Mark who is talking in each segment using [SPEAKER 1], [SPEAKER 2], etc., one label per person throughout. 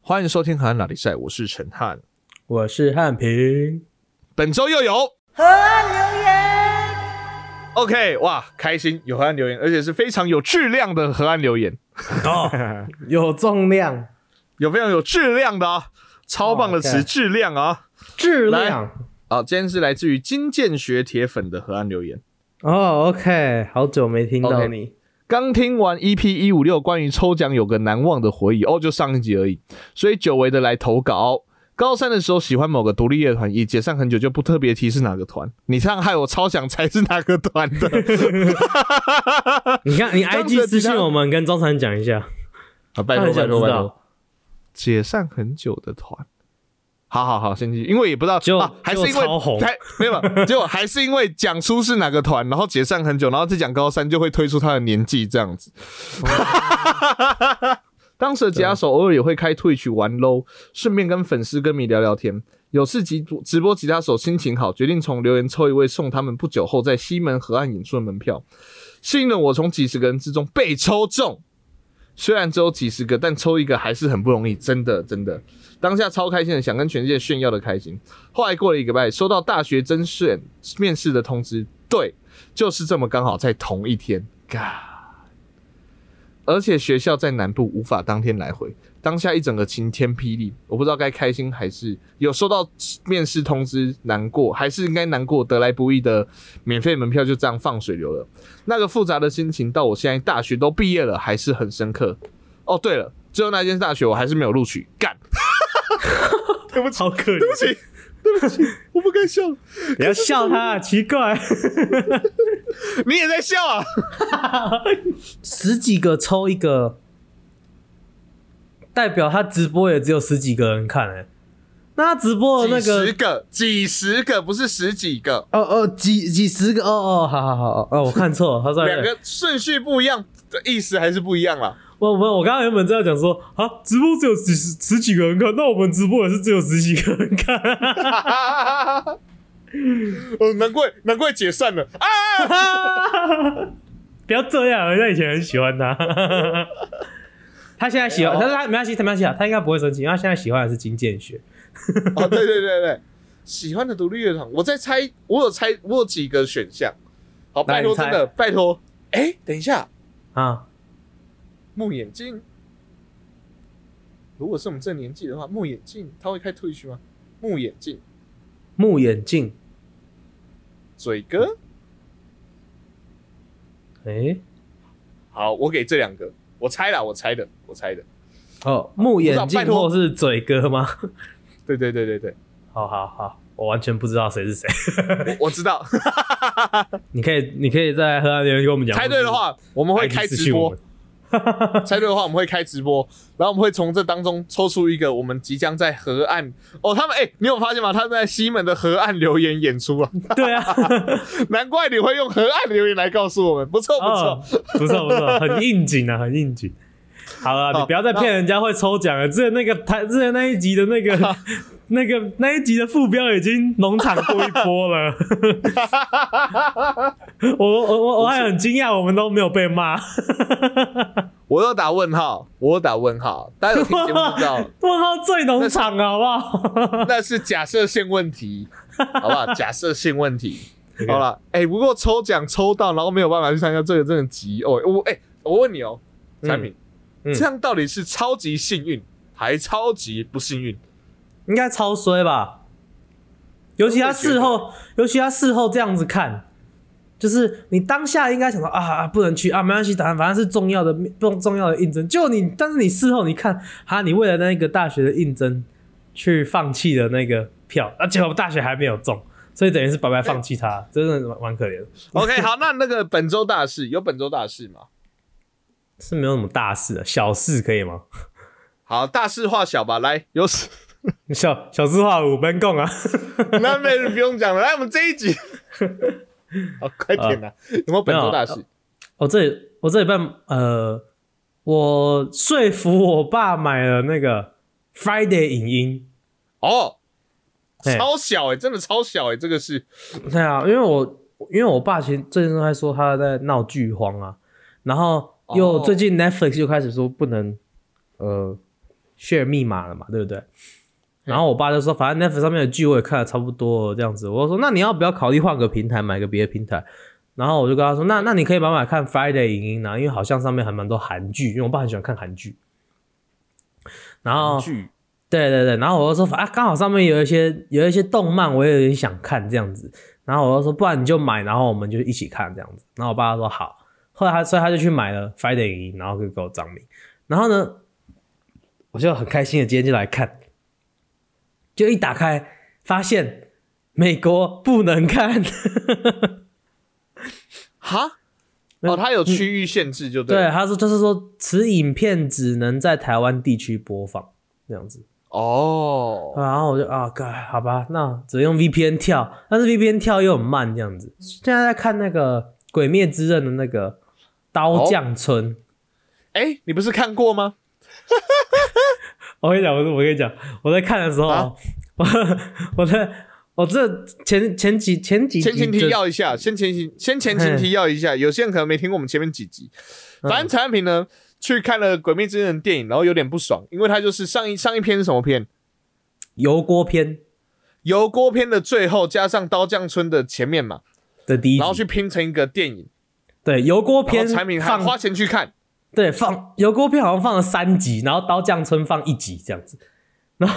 [SPEAKER 1] 欢迎收听《河岸拉力赛》，我是陈汉。
[SPEAKER 2] 我是汉平，
[SPEAKER 1] 本周又有
[SPEAKER 3] 河岸留言，
[SPEAKER 1] OK，哇，开心有河岸留言，而且是非常有质量的河岸留言，
[SPEAKER 2] 哦，有重量，
[SPEAKER 1] 有非常有质量的啊，超棒的
[SPEAKER 2] 哦，OK
[SPEAKER 1] 词，质量啊！
[SPEAKER 2] 质量。
[SPEAKER 1] 好，今天是来自于金建学铁粉的河岸留言。
[SPEAKER 2] 哦，OK，好久没听到
[SPEAKER 1] OK
[SPEAKER 2] 你。
[SPEAKER 1] 刚听完 EP 一五六关于抽奖有个难忘的回忆哦，就上一集而已，所以久违的来投稿。高三的时候喜欢某个独立乐团，也解散很久，就不特别提是哪个团。你这样害我超想猜是哪个团的。
[SPEAKER 2] 你 看，你
[SPEAKER 1] 样子
[SPEAKER 2] IG 私信我们，跟张三讲一下，
[SPEAKER 1] 啊，拜托
[SPEAKER 2] 他很
[SPEAKER 1] 拜
[SPEAKER 2] 想
[SPEAKER 1] 托
[SPEAKER 2] 知
[SPEAKER 1] 拜托，
[SPEAKER 2] 道。
[SPEAKER 1] 解散很久的团。好好好，先继续，因为也不知道，
[SPEAKER 2] 结果
[SPEAKER 1] 啊、还是因
[SPEAKER 2] 结果超红
[SPEAKER 1] 为还没有，结果还是因为讲出是哪个团，然后解散很久，然后再讲高三就会推出他的年纪这样子。
[SPEAKER 2] 哦
[SPEAKER 1] 当时的吉他手偶尔也会开 Twitch 玩 LO，顺便跟粉丝歌迷聊聊天。有次直播直播吉他手心情好，决定从留言抽一位送他们不久后在西门河岸演出的门票。幸运我从几十个人之中被抽中，虽然只有几十个，但抽一个还是很不容易，真的真的。当下超开心的，想跟全世界炫耀的开心。后来过了一个礼拜，收到大学甄选面试的通知，对，就是这么刚好在同一天。嘎。而且学校在南部，无法当天来回。当下一整个晴天霹雳，我不知道该开心还是有收到面试通知难过，还是应该难过得来不易的免费门票就这样放水流了。那个复杂的心情到我现在大学都毕业了，还是很深刻。哦，对了，最后那间大学我还是没有录取，干，
[SPEAKER 2] 对不起，好可 怜，
[SPEAKER 1] 对不起，对不起，我不该笑。
[SPEAKER 2] 不要笑他，奇怪。
[SPEAKER 1] 你也在笑啊？
[SPEAKER 2] 十几个抽一个，代表他直播也只有十几个人看哎。那他直播哦的那
[SPEAKER 1] 几十
[SPEAKER 2] 个，
[SPEAKER 1] 个，几十个，不是十几个，
[SPEAKER 2] 哦哦，几几十个，哦哦，好好好，哦，我看错了，他说
[SPEAKER 1] 两个顺序不一样，的意思还是不一样啊啦。
[SPEAKER 2] 我我我刚刚原本这样讲说啊，直播只有十十几个人看，那我们直播也是只有十几个人看，
[SPEAKER 1] 哦，难怪难怪解散了啊！
[SPEAKER 2] 不要这样，人家以前很喜欢他， 他现在喜欢，
[SPEAKER 1] 没有
[SPEAKER 2] 但是他没关系，他没关系啊，他应该不会生气，因为他现在喜欢的是金建学，
[SPEAKER 1] 哦，对对对对，喜欢的独立乐团，我在猜，我有猜，我有几个选项。好，
[SPEAKER 2] 来
[SPEAKER 1] 拜托，
[SPEAKER 2] 你猜
[SPEAKER 1] 真的拜托。哎，等一下，
[SPEAKER 2] 啊，
[SPEAKER 1] 木眼镜。如果是我们这年纪的话，木眼镜他会开 Twitch 吗？木眼镜，
[SPEAKER 2] 木眼镜，
[SPEAKER 1] 嘴哥。哎
[SPEAKER 2] 诶、
[SPEAKER 1] 好，我给这两个，我猜啦，我猜的，我猜的。
[SPEAKER 2] 哦，木眼
[SPEAKER 1] 拜
[SPEAKER 2] 镜
[SPEAKER 1] 托
[SPEAKER 2] 或是嘴哥吗？
[SPEAKER 1] 对对对对对，
[SPEAKER 2] 好好好，我完全不知道谁是谁，
[SPEAKER 1] 我我知道，
[SPEAKER 2] 你可以你可以在河岸留言跟我们讲，
[SPEAKER 1] 猜对的话我们
[SPEAKER 2] 我
[SPEAKER 1] 会开直 播，，猜对的话我们会开直播，然后我们会从这当中抽出一个我们即将在河岸哦，他们哎、你有发现吗？他们在西门的河岸留言演出啊，
[SPEAKER 2] 对啊，
[SPEAKER 1] 难怪你会用河岸留言来告诉我们， 不错不错。
[SPEAKER 2] 哦，不错不错，很应景啊，很应景。好了，
[SPEAKER 1] 好
[SPEAKER 2] 你不要再骗人家会抽奖了。之前那个台，之前那一集的那个、 那个、那一集的副标已经农场过一 波了。我我我我还很惊讶，我们都没有被骂。
[SPEAKER 1] 我有打问号，我有打问号，大家有听节目就知 道，
[SPEAKER 2] 问号最农场啊好不 好？
[SPEAKER 1] 那是假设性问 题，好不好？假设性问题，好了，哎、不过抽奖抽到，然后没有办法去参加，这个真的急哦。我哎、我问你哦，产品、
[SPEAKER 2] 嗯嗯
[SPEAKER 1] 这样到底是超级幸运还超级不幸运？
[SPEAKER 2] 应该超衰吧？尤其他事后，尤其他事后这样子看，就是你当下应该想到啊啊，不能去啊，没关系，反反正是重要的重重要的应征。就你，但是你事后你看，啊，你为了那个大学的应征去放弃了那个票，而、啊、且我大学还没有中，所以等于是白白放弃他，真的蛮蛮可怜的。
[SPEAKER 1] OK，好，那那个本周大事有本周大事吗？
[SPEAKER 2] 是没有什么大事啊，小事可以吗？
[SPEAKER 1] 好，大事化小吧。来，有 史
[SPEAKER 2] 小小事化五分共啊，
[SPEAKER 1] 那没人不用讲了。来，我们这一 集，好，快点
[SPEAKER 2] 啊
[SPEAKER 1] 啦、有没有本周大事？
[SPEAKER 2] 我这里我这礼拜呃，我说服我爸买了那个 Friday 影音，
[SPEAKER 1] 哦，
[SPEAKER 2] 啊嘿
[SPEAKER 1] 超小哎、真的超小哎、这个是
[SPEAKER 2] 对啊，因为我因为我爸其实最近都在说他在闹剧荒啊，然后又
[SPEAKER 1] 哦
[SPEAKER 2] 最近 Netflix 又开始说不能呃 share 密码了嘛，对不对？然后我爸就说，反正 Netflix 上面的剧我也看的差不多了这样子。我就说，那你要不要考虑换个平台，买个别的平台？然后我就跟他说，那那你可以买买看 Friday 影音啊，因为好像上面还蛮多韩剧，因为我爸很喜欢看韩剧。然后
[SPEAKER 1] 剧
[SPEAKER 2] 对对对，然后我就说啊，刚好上面有一些有一些动漫，我也有点想看这样子。然后我就说，不然你就买，然后我们就一起看这样子。然后我爸说好，后来他所以他就去买了 Friday 影音，然后就给我张明。然后呢，我就很开心的今天就来看，就一打开发现美国不能看，
[SPEAKER 1] 哈哦，它有区域限制就对
[SPEAKER 2] 嗯对，啊
[SPEAKER 1] 了
[SPEAKER 2] 他说就是说此影片只能在台湾地区播放这样子。
[SPEAKER 1] 哦，
[SPEAKER 2] 然后我就啊，干、好吧，那只能用 VPN 跳，但是 VPN 跳又很慢，这样子。现在在看那个《鬼灭之刃》的那个《刀
[SPEAKER 1] 哦
[SPEAKER 2] 匠村》
[SPEAKER 1] 哎，你不是看过吗？
[SPEAKER 2] 我跟你讲，我我跟你讲，我在看的时候，
[SPEAKER 1] 啊
[SPEAKER 2] 我我在我这前前几前几集
[SPEAKER 1] 先前提
[SPEAKER 2] 的
[SPEAKER 1] 要一下，先前情先前情提要一下，有些人可能没听过我们前面几集。反正
[SPEAKER 2] 嗯
[SPEAKER 1] 产品呢，去看了《鬼灭之刃》的电影，然后有点不爽，因为它就是上一上一篇是什么片？
[SPEAKER 2] 油锅篇
[SPEAKER 1] 油锅篇的最后加上刀匠村的前面嘛，
[SPEAKER 2] 的第一
[SPEAKER 1] 然后
[SPEAKER 2] 集，
[SPEAKER 1] 去拼成一个电影，
[SPEAKER 2] 对油锅
[SPEAKER 1] 然
[SPEAKER 2] 篇
[SPEAKER 1] 后产品还花
[SPEAKER 2] 放
[SPEAKER 1] 钱去看，
[SPEAKER 2] 对放油锅篇好像放了三集，然后刀匠村放一集这样子。然后，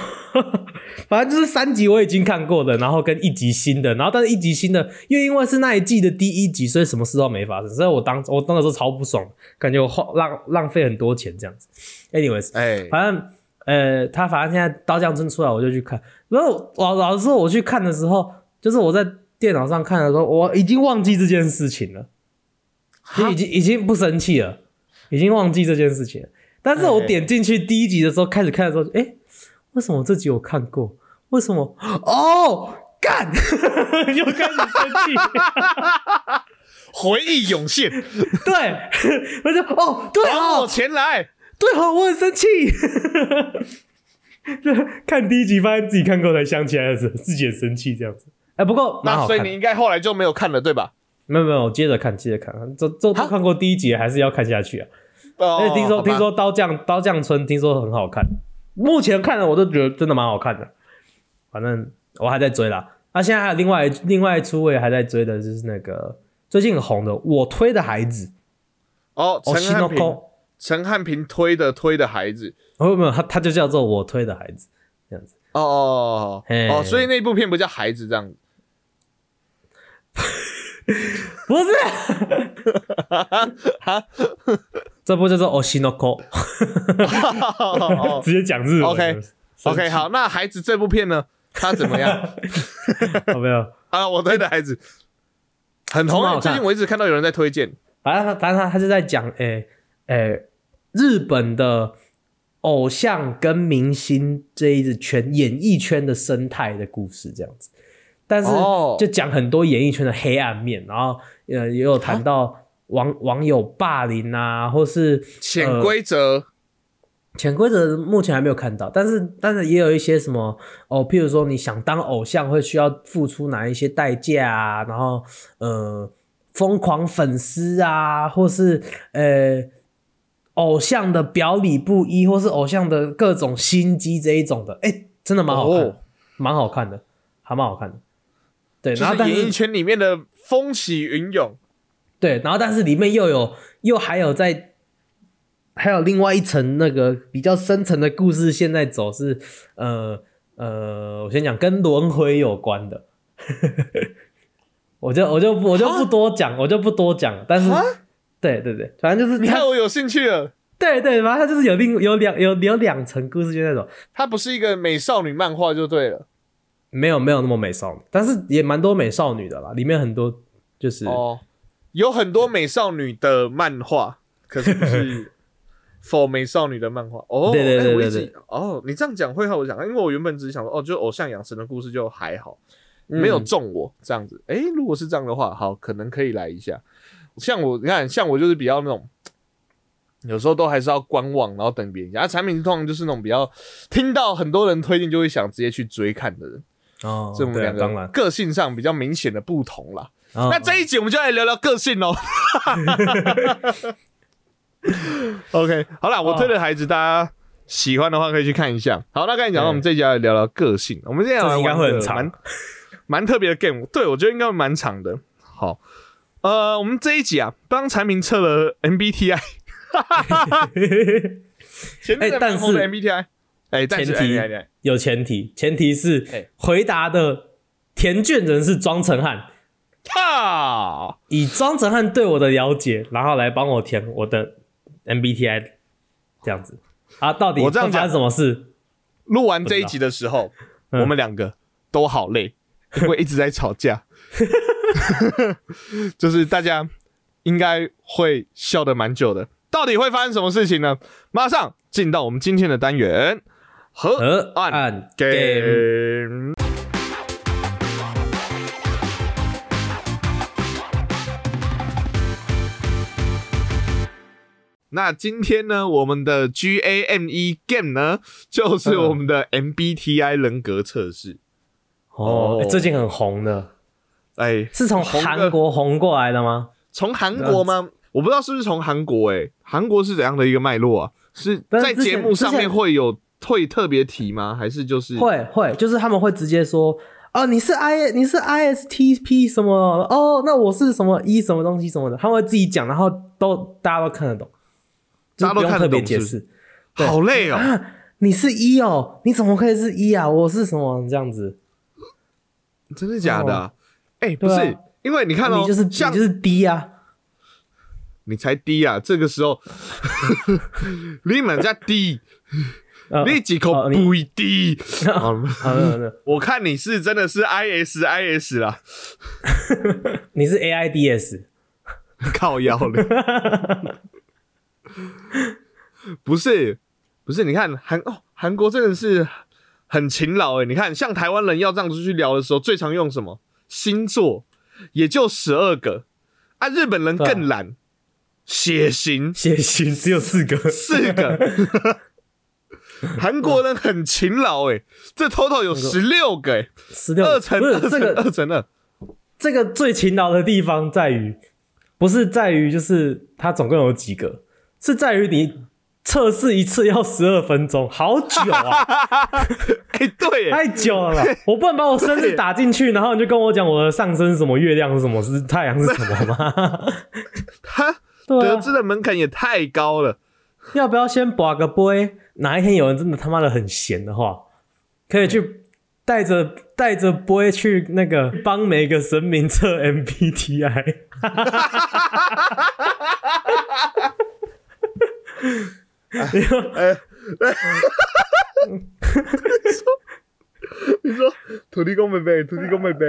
[SPEAKER 2] 反正就是三集我已经看过的，然后跟一集新的，然后但是一集新的，又因为是那一季的第一集，所以什么事都没发生，所以我当我那个时候超不爽，感觉我花浪浪费很多钱这样子。Anyways，
[SPEAKER 1] 哎，
[SPEAKER 2] 反正呃，他反正现在刀匠村出来，我就去看。然后老老实说，我去看的时候，就是我在电脑上看的时候，我已经忘记这件事情了，就已经已经不生气了，已经忘记这件事情了。但是我
[SPEAKER 1] 哎
[SPEAKER 2] 点进去第一集的时候，开始看的时候，哎、为什么这集我看过？为什么？哦，干， 又开始生气。
[SPEAKER 1] 回忆涌现，
[SPEAKER 2] 对， 我就哦，对
[SPEAKER 1] 还
[SPEAKER 2] 哦
[SPEAKER 1] 我，钱来。
[SPEAKER 2] 对哦，我很生气。 就看第一集，发现自己看过才想起来的时候，自己很生气这样子。哎、不过蛮
[SPEAKER 1] 那
[SPEAKER 2] 好
[SPEAKER 1] 所
[SPEAKER 2] 看
[SPEAKER 1] 以
[SPEAKER 2] 的
[SPEAKER 1] 你。应该后来就没有看了，对吧？
[SPEAKER 2] 没有没有，我接着看，接着看。这这都
[SPEAKER 1] 哈
[SPEAKER 2] 看过第一集，还是要看下去啊。
[SPEAKER 1] 哦
[SPEAKER 2] 而且听
[SPEAKER 1] 好
[SPEAKER 2] 说
[SPEAKER 1] 吧
[SPEAKER 2] 听说刀匠刀匠村听说很好看，目前看了我都觉得真的蛮好看的。反正我还在追啦。那、现在还有另外另外一出我也还在追的，就是那个最近很红的《我推的孩子
[SPEAKER 1] 哦，》
[SPEAKER 2] 哦，
[SPEAKER 1] 陈
[SPEAKER 2] 西
[SPEAKER 1] 汉
[SPEAKER 2] 诺
[SPEAKER 1] 平，
[SPEAKER 2] 空。
[SPEAKER 1] 陈汉平推的推的孩子，
[SPEAKER 2] 哦，没有，他他就叫做我推的孩子，
[SPEAKER 1] 哦哦
[SPEAKER 2] 嘿
[SPEAKER 1] 哦哦，所以那部片不叫孩子这样子。
[SPEAKER 2] 不是， 这部叫做 Oshinoko，
[SPEAKER 1] 哦
[SPEAKER 2] 直接讲日文。
[SPEAKER 1] OK
[SPEAKER 2] 生气
[SPEAKER 1] ，OK，好，那孩子这部片呢，它怎么 样
[SPEAKER 2] 有没有？
[SPEAKER 1] 啊？我推的孩子很红
[SPEAKER 2] 很好
[SPEAKER 1] 欸，最
[SPEAKER 2] 看
[SPEAKER 1] 近我一直看到有人在推荐。
[SPEAKER 2] 反正他，反正他，他是在讲，诶、诶、日本的偶像跟明星这一支圈演艺圈的生态的故事，这样子。但是
[SPEAKER 1] 哦
[SPEAKER 2] 就讲很多演艺圈的黑暗面，然后呃，也有谈到网网友霸凌啊，或是
[SPEAKER 1] 潜
[SPEAKER 2] 呃
[SPEAKER 1] 规则
[SPEAKER 2] 潜规则目前还没有看到，但是但是也有一些什么哦，譬如说你想当偶像会需要付出哪一些代价啊，然后呃疯狂粉丝啊，或是呃偶像的表里不一，或是偶像的各种心机这一种的，哎、真的蛮好看的
[SPEAKER 1] 哦
[SPEAKER 2] 蛮好看的，还蛮好看的。对，
[SPEAKER 1] 就
[SPEAKER 2] 然后但
[SPEAKER 1] 是
[SPEAKER 2] 是
[SPEAKER 1] 演艺圈里面的风起云涌。
[SPEAKER 2] 对，然后但是里面又有又还有在，还有另外一层那个比较深层的故事线在走是，呃呃，我先讲跟轮回有关的， 我就我就我就不多讲，我就不多讲，但是
[SPEAKER 1] 啊
[SPEAKER 2] 对对对，反正就是
[SPEAKER 1] 你看
[SPEAKER 2] 它，
[SPEAKER 1] 我有兴趣了，
[SPEAKER 2] 对对，反正它就是有另有两有有两层故事线在走，
[SPEAKER 1] 它不是一个美少女漫画就对了。
[SPEAKER 2] 没有没有那么美少女，但是也蛮多美少女的啦，里面很多就是
[SPEAKER 1] 哦，有很多美少女的漫画，可是不 是否美少女的漫画。哦，
[SPEAKER 2] 对对
[SPEAKER 1] 哎
[SPEAKER 2] 对
[SPEAKER 1] 我一
[SPEAKER 2] 对
[SPEAKER 1] 直哦，你这样讲会让我想，因为我原本只是想说，哦，就偶像养成的故事就还好，没有中我这样子。哎、如果是这样的话，好，可能可以来一下。像我，你看，像我就是比较那种。有时候都还是要观望，然后等别人讲。啊，产品通常就是那种比较听到很多人推荐就会想直接去追看的人，
[SPEAKER 2] 哦，
[SPEAKER 1] 这我们
[SPEAKER 2] 对啊
[SPEAKER 1] 两
[SPEAKER 2] 当
[SPEAKER 1] 个
[SPEAKER 2] 然，哦
[SPEAKER 1] 个性上比较明显的不同啦。那
[SPEAKER 2] 那
[SPEAKER 1] 这一集我们就来聊聊个性 哦。OK，好啦，我推的孩子，大家喜欢的话可以去看一下。好，那刚才讲到
[SPEAKER 2] 对
[SPEAKER 1] 我们这一集要来聊聊个性，啊我们今天要来
[SPEAKER 2] 这集应该
[SPEAKER 1] 玩
[SPEAKER 2] 会很
[SPEAKER 1] 个
[SPEAKER 2] 长
[SPEAKER 1] 蛮蛮特别的 game，对我觉得应该会蛮长的。好，呃，我们这一集啊，帮产品测了 MBTI，前面
[SPEAKER 2] 哎
[SPEAKER 1] 在
[SPEAKER 2] 但
[SPEAKER 1] 蛮红的
[SPEAKER 2] 是
[SPEAKER 1] MBTI，哎，但是
[SPEAKER 2] 前提
[SPEAKER 1] 哎哎哎
[SPEAKER 2] 有前提，前提
[SPEAKER 1] 哎
[SPEAKER 2] 是回答的填卷人是庄成汉。
[SPEAKER 1] 哈，
[SPEAKER 2] 以庄成汉对我的了解，然后来帮我填我的 MBTI，这样子啊，到底
[SPEAKER 1] 我这样
[SPEAKER 2] 会发
[SPEAKER 1] 讲
[SPEAKER 2] 生什么事？
[SPEAKER 1] 录完这一集的时候，
[SPEAKER 2] 嗯
[SPEAKER 1] 我们两个都好累，因为一直在吵架， 就是大家应该会笑得蛮久的。到底会发生什么事情呢？马上进到我们今天的单元
[SPEAKER 2] 河
[SPEAKER 1] 河岸
[SPEAKER 2] 岸呃
[SPEAKER 1] game。
[SPEAKER 2] game，
[SPEAKER 1] 那今天呢，我们的 G A M E game 呢，就是
[SPEAKER 2] 嗯
[SPEAKER 1] 我们的 M B T I 人格测试。哦
[SPEAKER 2] 哦、欸最近很红的，
[SPEAKER 1] 哎，
[SPEAKER 2] 是从
[SPEAKER 1] 红的
[SPEAKER 2] 韩国红过来的吗？
[SPEAKER 1] 从韩国吗？我不知道是不是从韩国、哎，韩国是怎样的一个脉络啊？是
[SPEAKER 2] 但是
[SPEAKER 1] 在
[SPEAKER 2] 之前
[SPEAKER 1] 节目上
[SPEAKER 2] 之
[SPEAKER 1] 面
[SPEAKER 2] 前
[SPEAKER 1] 会有会特别提吗？还是就是
[SPEAKER 2] 会会，就是他们会直接说，哦，你是 I 你是 ISTP 什么？哦，那我是什么 E 什么东西什么的，他们会自己讲，然后都大家都看得懂，就
[SPEAKER 1] 大家
[SPEAKER 2] 是不
[SPEAKER 1] 都
[SPEAKER 2] 用
[SPEAKER 1] 看
[SPEAKER 2] 特
[SPEAKER 1] 得
[SPEAKER 2] 别
[SPEAKER 1] 懂
[SPEAKER 2] 解
[SPEAKER 1] 是不是
[SPEAKER 2] 释。对
[SPEAKER 1] 好累哦、
[SPEAKER 2] 你是 E 哦，你怎么可以是 E 啊？我是什么这样子？
[SPEAKER 1] 真的假的、啊？哎、不是，
[SPEAKER 2] 哦对啊
[SPEAKER 1] 因为你看哦、
[SPEAKER 2] 你就是你
[SPEAKER 1] 像
[SPEAKER 2] 就是 D 啊，
[SPEAKER 1] 你才低啊，这个时候 你们家低，
[SPEAKER 2] 呃
[SPEAKER 1] 你几口
[SPEAKER 2] 哦你
[SPEAKER 1] 不低。好
[SPEAKER 2] 啊没有没有，
[SPEAKER 1] 我看你是真的是 I S I S 啦，
[SPEAKER 2] 你是 AIDS，
[SPEAKER 1] 靠腰了。 不是，不是，你看韩哦，韩国真的是很勤劳哎。你看，像台湾人要这样子去聊的时候，最常用什么星座，也就十二个啊。日本人
[SPEAKER 2] 对啊
[SPEAKER 1] 更懒，血型
[SPEAKER 2] 血型只有四个，
[SPEAKER 1] 四个。 韩国人很勤劳哎、这 total 有十六个哎、
[SPEAKER 2] 十六
[SPEAKER 1] 二乘
[SPEAKER 2] 不
[SPEAKER 1] 二
[SPEAKER 2] 是
[SPEAKER 1] 乘
[SPEAKER 2] 这个
[SPEAKER 1] 二乘二，
[SPEAKER 2] 这个最勤劳的地方在于，不是在于就是它总共有几个，是在于你测试一次要十二分钟，好久啊，
[SPEAKER 1] 哎、对、哎，
[SPEAKER 2] 太久了啦，我不能把我身子打进去，然后你就跟我讲我的上身是什么，月亮是什么，是太阳是什么吗？
[SPEAKER 1] 他
[SPEAKER 2] 对
[SPEAKER 1] 得
[SPEAKER 2] 啊，
[SPEAKER 1] 知的门槛也太高了。
[SPEAKER 2] 要不要先把个杯？哪一天有人真的他妈的很闲的话，可以去带着带着杯去那个帮每个神明测 MBTI。
[SPEAKER 1] 哎你说土地公伯伯，土地公伯伯，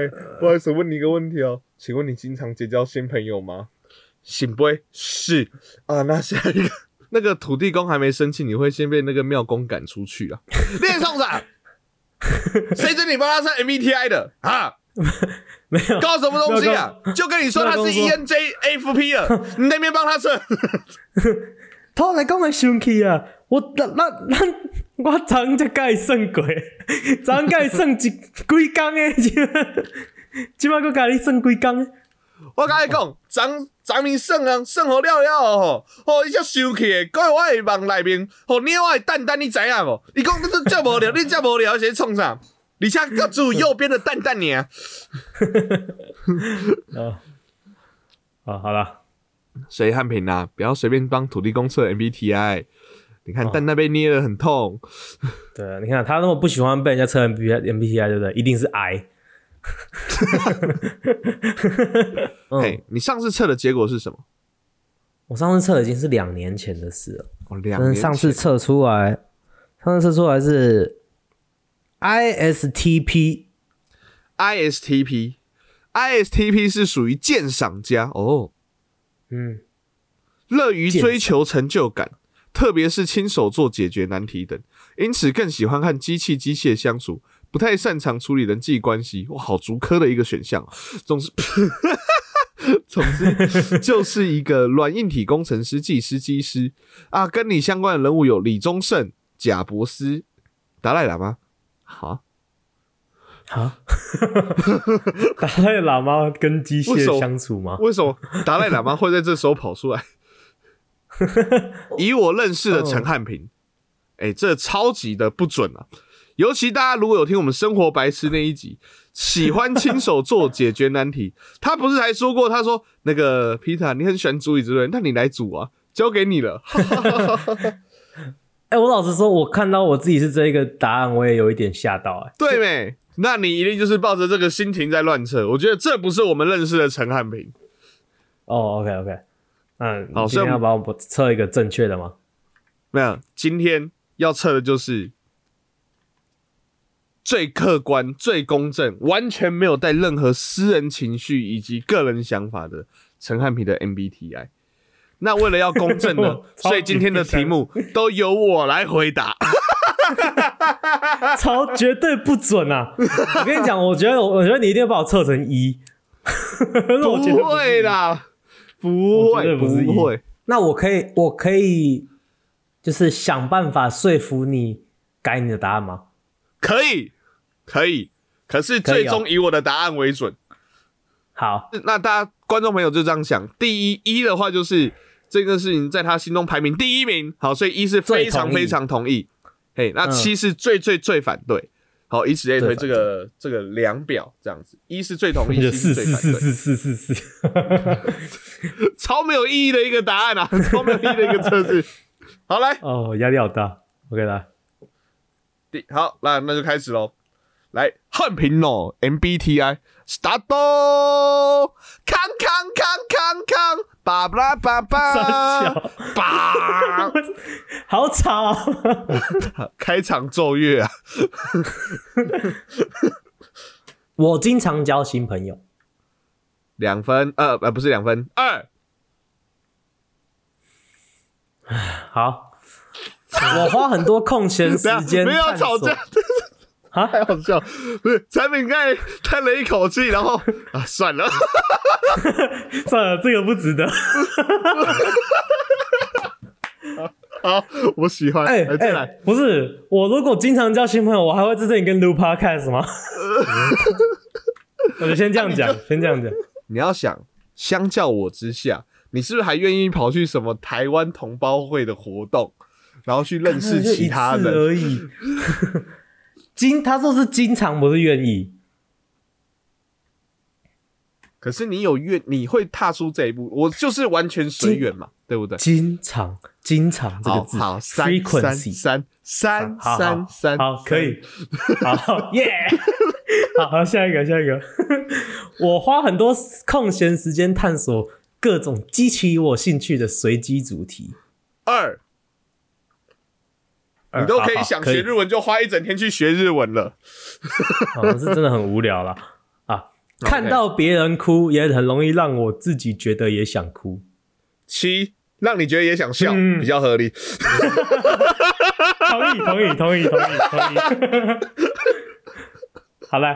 [SPEAKER 1] 不好意思，问你一个问题哦，请问你经常结交新朋友吗？醒不会是啊，那下一个那个土地公还没生气，你会先被那个庙公赶出 去啊！练送长，谁准你帮他上 MBTI 的啊？
[SPEAKER 2] 没有，
[SPEAKER 1] 搞什么东西啊
[SPEAKER 2] 庙？
[SPEAKER 1] 就跟你说他是 E
[SPEAKER 2] 庙公
[SPEAKER 1] ENJFP 了，你那边帮他测，
[SPEAKER 2] 偷来讲的生气啊！我那那那我昨昏才甲伊算过，昨昏甲伊算一几工诶，即即摆佫甲你算几工？
[SPEAKER 1] 我甲你讲，昨昨暝算啊，算好了了吼，吼伊才生气的，搁我的网内面，吼捏我的蛋蛋，你知影无？伊讲你这遮无聊， 你遮无聊，是在创啥？而且搁只有右边的蛋蛋尔，
[SPEAKER 2] 啊，哦好啦，
[SPEAKER 1] 所以汉平啊，不要随便帮土地公测 MBTI。你看蛋蛋被捏得很痛，
[SPEAKER 2] 对，啊你看他那么不喜欢被人家测 MBTI MBTI，对不对？一定是 I。
[SPEAKER 1] 嘿、你上次测的结果是什么？
[SPEAKER 2] 我上次测已经是两年前的事了，
[SPEAKER 1] 哦，两
[SPEAKER 2] 但
[SPEAKER 1] 年
[SPEAKER 2] 是上次
[SPEAKER 1] 前
[SPEAKER 2] 测出来，上次测出来是 ISTP，
[SPEAKER 1] ISTP，ISTP 是属于鉴赏家哦，
[SPEAKER 2] 嗯，
[SPEAKER 1] 乐于追求成就感，特别是亲手做解决难题等，因此更喜欢和机器机械相处，不太擅长处理人际关系。哇，好竹科的一个选项，啊总是。 总之就是一个软硬体工程师、技师、机师啊，跟你相关的人物有李宗盛、贾博斯、达赖喇嘛。好，
[SPEAKER 2] 啊，达赖喇嘛跟机
[SPEAKER 1] 为什么
[SPEAKER 2] 械相处吗？
[SPEAKER 1] 为什么达赖喇嘛会在这时候跑出来？以我认识的陈汉平，哎、哎、这超级的不准啊！尤其大家如果有听我们生活白痴那一集，喜欢亲手做解决难题，他不是还说过，他说那个皮塔，你很喜欢煮椅子对不对？那你来煮啊，交给你了。
[SPEAKER 2] 哎、我老实说，我看到我自己是这一个答案，我也有一点吓到、哎，
[SPEAKER 1] 对没？那你一定就是抱着这个心情在乱测。我觉得这不是我们认识的陈汉平。
[SPEAKER 2] 哦，OK OK，嗯，
[SPEAKER 1] 好
[SPEAKER 2] 你今
[SPEAKER 1] 所以我
[SPEAKER 2] 天
[SPEAKER 1] 们
[SPEAKER 2] 要帮我们测一个正确的 吗？
[SPEAKER 1] 没有，今天要测的就是最客观、最公正，完全没有带任何私人情绪以及个人想法的陈汉平的 MBTI。那为了要公正呢
[SPEAKER 2] 我，超级
[SPEAKER 1] 所以今天的题目都由我来回答。
[SPEAKER 2] 超绝对不准啊！我跟你讲，我觉得我觉得你一定要把我测成一， 那我觉得
[SPEAKER 1] 不
[SPEAKER 2] 不
[SPEAKER 1] 会啦，不
[SPEAKER 2] 我
[SPEAKER 1] 会，
[SPEAKER 2] 觉得不是一
[SPEAKER 1] 会。
[SPEAKER 2] 那我可以，我可以就是想办法说服你改你的答案吗？
[SPEAKER 1] 可以，可以，可是
[SPEAKER 2] 可以
[SPEAKER 1] 最
[SPEAKER 2] 哦
[SPEAKER 1] 终以我的答案为准。
[SPEAKER 2] 好，
[SPEAKER 1] 那大家观众朋友就这样想：第一，一的话就是这个事情在他心中排名第一名，好，所以一是非常
[SPEAKER 2] 最同意
[SPEAKER 1] 非常同意。嘿，那
[SPEAKER 2] 嗯
[SPEAKER 1] 七是最最最反对。好，以此类推，
[SPEAKER 2] 最
[SPEAKER 1] 这
[SPEAKER 2] 反对
[SPEAKER 1] 个这个量表这样子，一是最同意，
[SPEAKER 2] 就
[SPEAKER 1] 七
[SPEAKER 2] 是
[SPEAKER 1] 最
[SPEAKER 2] 是
[SPEAKER 1] 反对
[SPEAKER 2] 是，是是是是，
[SPEAKER 1] 超没有意义的一个答案啊，超没有意义的一个测试。好，来，
[SPEAKER 2] 哦，压力好大。OK 啦，
[SPEAKER 1] 第好，那那就开始喽。来，汉平哦，MBTI start，康哦康康康康，巴拉巴
[SPEAKER 2] 傻
[SPEAKER 1] 巴
[SPEAKER 2] 笑，
[SPEAKER 1] 巴。
[SPEAKER 2] 好吵哦、
[SPEAKER 1] 开场奏乐啊，
[SPEAKER 2] 我经常交新朋友，
[SPEAKER 1] 两分，呃，呃，不是两分，二，
[SPEAKER 2] 好，我花很多空闲时
[SPEAKER 1] 等一下
[SPEAKER 2] 间
[SPEAKER 1] 没有
[SPEAKER 2] 探
[SPEAKER 1] 吵
[SPEAKER 2] 索
[SPEAKER 1] 架，
[SPEAKER 2] 啊，
[SPEAKER 1] 太好笑，不是产品刚才叹了一口气，然后啊，算了，
[SPEAKER 2] 算了，这个不值得。
[SPEAKER 1] 好，我喜欢，
[SPEAKER 2] 哎、
[SPEAKER 1] 哎、
[SPEAKER 2] 哎，
[SPEAKER 1] 再来，
[SPEAKER 2] 不是我，如果经常交新朋友，我还会在这里跟录 podcast 吗？我就先这样讲，先这样讲。
[SPEAKER 1] 你要想，相较我之下，你是不是还愿意跑去什么台湾同胞会的活动，然后去认识
[SPEAKER 2] 就
[SPEAKER 1] 其他
[SPEAKER 2] 一次
[SPEAKER 1] 人？
[SPEAKER 2] 而已。 经他说是经常，不是愿意。
[SPEAKER 1] 可是你有愿，你会踏出这一步，我就是完全随缘嘛，对不对？
[SPEAKER 2] 经常，经常这个
[SPEAKER 1] 好
[SPEAKER 2] 字
[SPEAKER 1] 好，三三
[SPEAKER 2] ，frequency，
[SPEAKER 1] 三三
[SPEAKER 2] 好
[SPEAKER 1] 三
[SPEAKER 2] 好
[SPEAKER 1] 三，
[SPEAKER 2] 好，可以，好 耶。好好，下一个，下一个。 我花很多空闲时间探索各种激起我兴趣的随机主题。
[SPEAKER 1] 二，你都可以想学
[SPEAKER 2] 呃日。好好可以
[SPEAKER 1] 日文，就花一整天去学日文了。
[SPEAKER 2] 哦，是真的很无聊啦。 啊！看到别人哭，也很容易让我自己觉得也想哭。
[SPEAKER 1] 七，让你觉得也想笑，
[SPEAKER 2] 嗯
[SPEAKER 1] 比较合理。
[SPEAKER 2] 同意，同意，同意，同意，同意。 好了，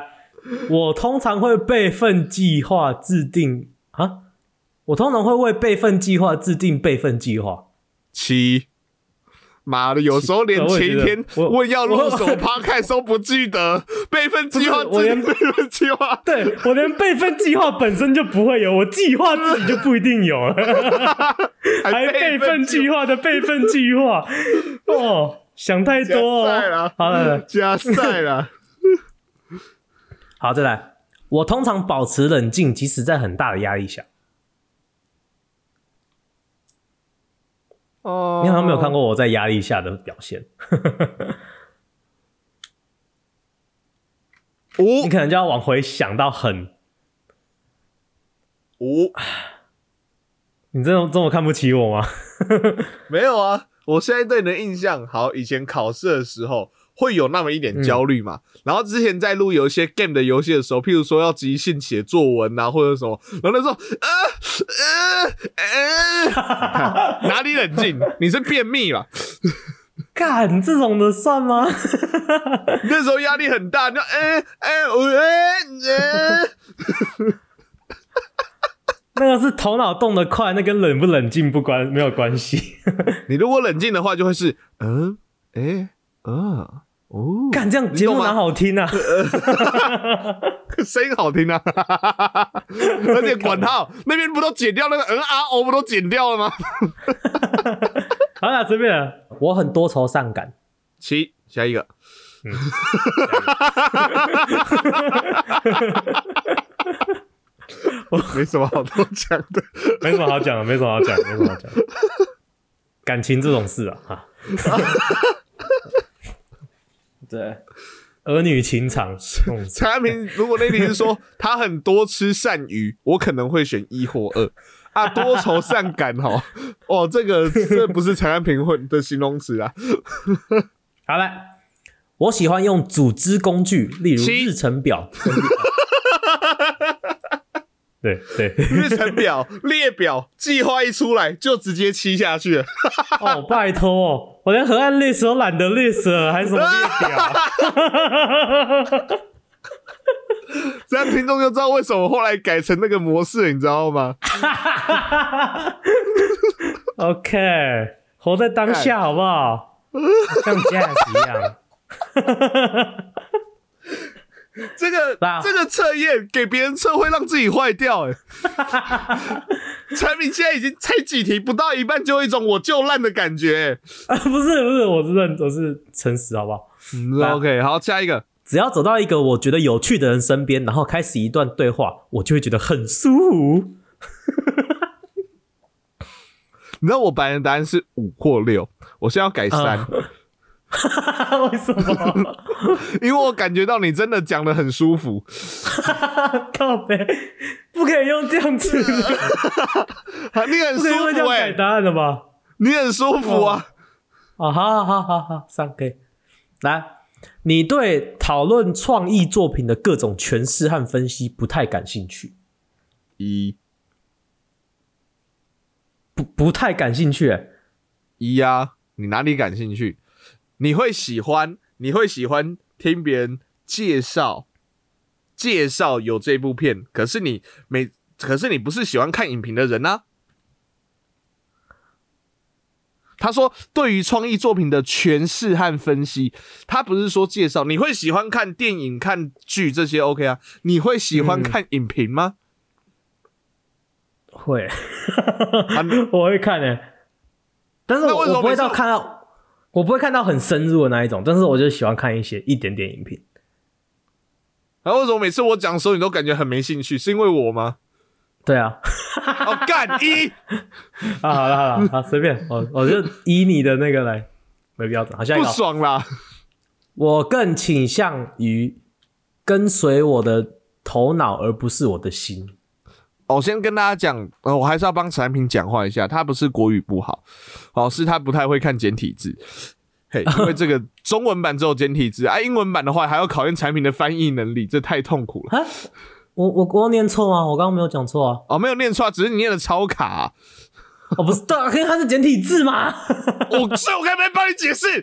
[SPEAKER 2] 我通常会备份计划制定啊，我通常会为备份计划制定备份计划。
[SPEAKER 1] 七，妈的，有时候连
[SPEAKER 2] 我也
[SPEAKER 1] 前一
[SPEAKER 2] 觉得
[SPEAKER 1] 天
[SPEAKER 2] 我
[SPEAKER 1] 问要录什么
[SPEAKER 2] 我
[SPEAKER 1] podcast 都不记得，备份计划，
[SPEAKER 2] 不是我连
[SPEAKER 1] 备份计划。
[SPEAKER 2] 对我连备份计划本身就不会有，我计划自己就不一定 有了，还备份计划的备份计划，哦，想太多、
[SPEAKER 1] 加赛
[SPEAKER 2] 哦
[SPEAKER 1] 啦。
[SPEAKER 2] 好了，
[SPEAKER 1] 加赛啦，
[SPEAKER 2] 好，再来。我通常保持冷静，即使在很大的压力下。
[SPEAKER 1] 哦，
[SPEAKER 2] 你好像没有看过我在压力下的表现，
[SPEAKER 1] 五
[SPEAKER 2] 你可能就要往回想到很……
[SPEAKER 1] 五，
[SPEAKER 2] 你真的这么看不起我吗？
[SPEAKER 1] 没有啊，我现在对你的印象，好，以前考试的时候会有那么一点焦虑嘛。然后之前在录有一些 game 的游戏的时候，譬如说要即兴写作文啊，或者什么，然后那时候，呃呃呃，你看哪里冷静？你是便秘了。
[SPEAKER 2] 干这种的算吗？
[SPEAKER 1] 你那时候压力很大，你就呃呃我呃呃，
[SPEAKER 2] 那个是头脑动得快，那跟冷不冷静不关没有关系。
[SPEAKER 1] 你如果冷静的话，就会是嗯哎啊哦，
[SPEAKER 2] 干这样
[SPEAKER 1] 你
[SPEAKER 2] 节
[SPEAKER 1] 懂
[SPEAKER 2] 目
[SPEAKER 1] 吗
[SPEAKER 2] 哪好听啊？
[SPEAKER 1] 声音好 听啊，而且管他那边不都剪掉那个 N R O 不都剪掉了吗？
[SPEAKER 2] 啊好啦，随便了。我很多愁善感，
[SPEAKER 1] 七，下一个。我 没什么好多讲的，
[SPEAKER 2] 没什么好讲的，没什么好讲，没什么好讲。感情这种事啊，哈，
[SPEAKER 4] 对，
[SPEAKER 2] 儿女情长，嗯
[SPEAKER 1] 陈安平，如果那题是说他很多吃鳝鱼， 我可能会选一或二啊，多愁善感哦，哦，这个这不是陈安平会的形容词啊。
[SPEAKER 2] 好了，我喜欢用组织工具，例如
[SPEAKER 1] 七
[SPEAKER 2] 日程表。 对对，
[SPEAKER 1] 日程表、列表、计划一出来就直接七下去了，
[SPEAKER 2] 哦，拜托哦，我连河岸 list 都懒得 list 了，还什么列表？
[SPEAKER 1] 这样听众就知道为什么后来改成那个模式，你知道吗？
[SPEAKER 2] OK，活在当下好不好？像 Jazz 一样。
[SPEAKER 1] 这个
[SPEAKER 2] 哇
[SPEAKER 1] 这个测验给别人测会让自己坏掉、 欸，产品现在已经才几题，不到一半就有一种我就烂的感觉、
[SPEAKER 2] 啊，不是不是，我是认我是诚实，好不好？
[SPEAKER 1] 嗯，OK，好，下一个。
[SPEAKER 2] 只要走到一个我觉得有趣的人身边，然后开始一段对话，我就会觉得很舒服。
[SPEAKER 1] 你知道我本来的答案是五或六，我现在要改三、
[SPEAKER 2] 啊为什么？
[SPEAKER 1] 因为我感觉到你真的讲的很舒服。
[SPEAKER 2] 靠北，不可以用这样子，
[SPEAKER 1] 啊你很舒
[SPEAKER 2] 不可以用这
[SPEAKER 1] 服
[SPEAKER 2] 样
[SPEAKER 1] 哎、
[SPEAKER 2] 改答案的吧？
[SPEAKER 1] 你很舒服啊！
[SPEAKER 2] 啊，好好好好好，上 K。来，你对讨论创意作品的各种诠释和分析不太感兴趣，
[SPEAKER 1] 一
[SPEAKER 2] 不不太感兴趣、欸。
[SPEAKER 1] 一啊，你哪里感兴趣？你会喜欢，你会喜欢听别人介绍介绍有这部片，可是你每可是你不是喜欢看影评的人啊。他说，对于创意作品的诠释和分析，他不是说介绍，你会喜欢看电影、看剧这些 OK 啊？你会喜欢看影评吗？
[SPEAKER 2] 会，
[SPEAKER 1] 啊你
[SPEAKER 2] 我会看诶、欸但是
[SPEAKER 1] 那为
[SPEAKER 2] 我
[SPEAKER 1] 什么
[SPEAKER 2] 我不会
[SPEAKER 1] 每次
[SPEAKER 2] 到
[SPEAKER 1] 都
[SPEAKER 2] 看到，我不会看到很深入的那一种，但是我就喜欢看一些一点点影评。
[SPEAKER 1] 然后为什么每次我讲的时候，你都感觉很没兴趣？是因为我吗？
[SPEAKER 2] 对啊，
[SPEAKER 1] 哦，干一。
[SPEAKER 2] 啊好了好了，好随便，我我就以你的那个来为标准。好，下一
[SPEAKER 1] 不
[SPEAKER 2] 个哦，
[SPEAKER 1] 爽啦！
[SPEAKER 2] 我更倾向于跟随我的头脑，而不是我的心。
[SPEAKER 1] 我、哦先跟大家讲，呃，我还是要帮陈安平讲话一下，他不是国语不好，哦，是他不太会看简体字。嘿，因为这个中文版只有简体字啊，英文版的话还要考验产品的翻译能力，这太痛苦了。
[SPEAKER 2] 啊，我我我有念错吗？我刚刚没有讲 错啊。
[SPEAKER 1] 哦，没有念错啊，只是你念的超卡啊、
[SPEAKER 2] 哦，不是，对啊，因为它是简体字嘛。
[SPEAKER 1] 我所以我刚才没帮你解释，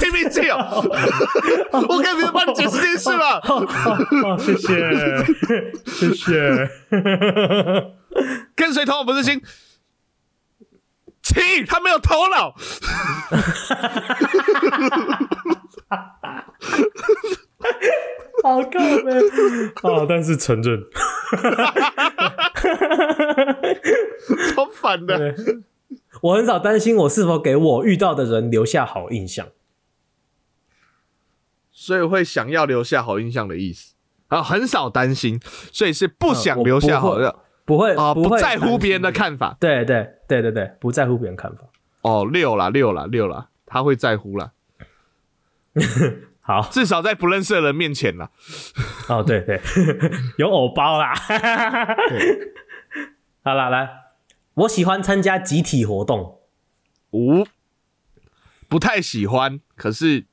[SPEAKER 1] 听没听有？我刚才没帮你解释这件事嘛。
[SPEAKER 2] 哦，谢谢，谢谢。
[SPEAKER 1] 跟随头脑不是心， 亲，他没有头脑。
[SPEAKER 2] 好看呗。哦，但是承认，
[SPEAKER 1] 超烦的。
[SPEAKER 2] 对我很少担心我是否给我遇到的人留下好印象。
[SPEAKER 1] 所以会想要留下好印象的意思啊，很少担心，所以是不想留下好的
[SPEAKER 2] 不会
[SPEAKER 1] 啊，
[SPEAKER 2] 不
[SPEAKER 1] 不
[SPEAKER 2] 会
[SPEAKER 1] 在乎别人的
[SPEAKER 2] 担心。
[SPEAKER 1] 看法
[SPEAKER 2] 对对对对对，不在乎别人看法。
[SPEAKER 1] 哦，六啦六啦六啦，他会在乎啦，
[SPEAKER 2] 好
[SPEAKER 1] 至少在不认识的人面前啦。
[SPEAKER 2] 哦，对对，有偶包啦。 好啦，来，我喜欢参加集体活动。
[SPEAKER 1] 五，不太喜欢，可是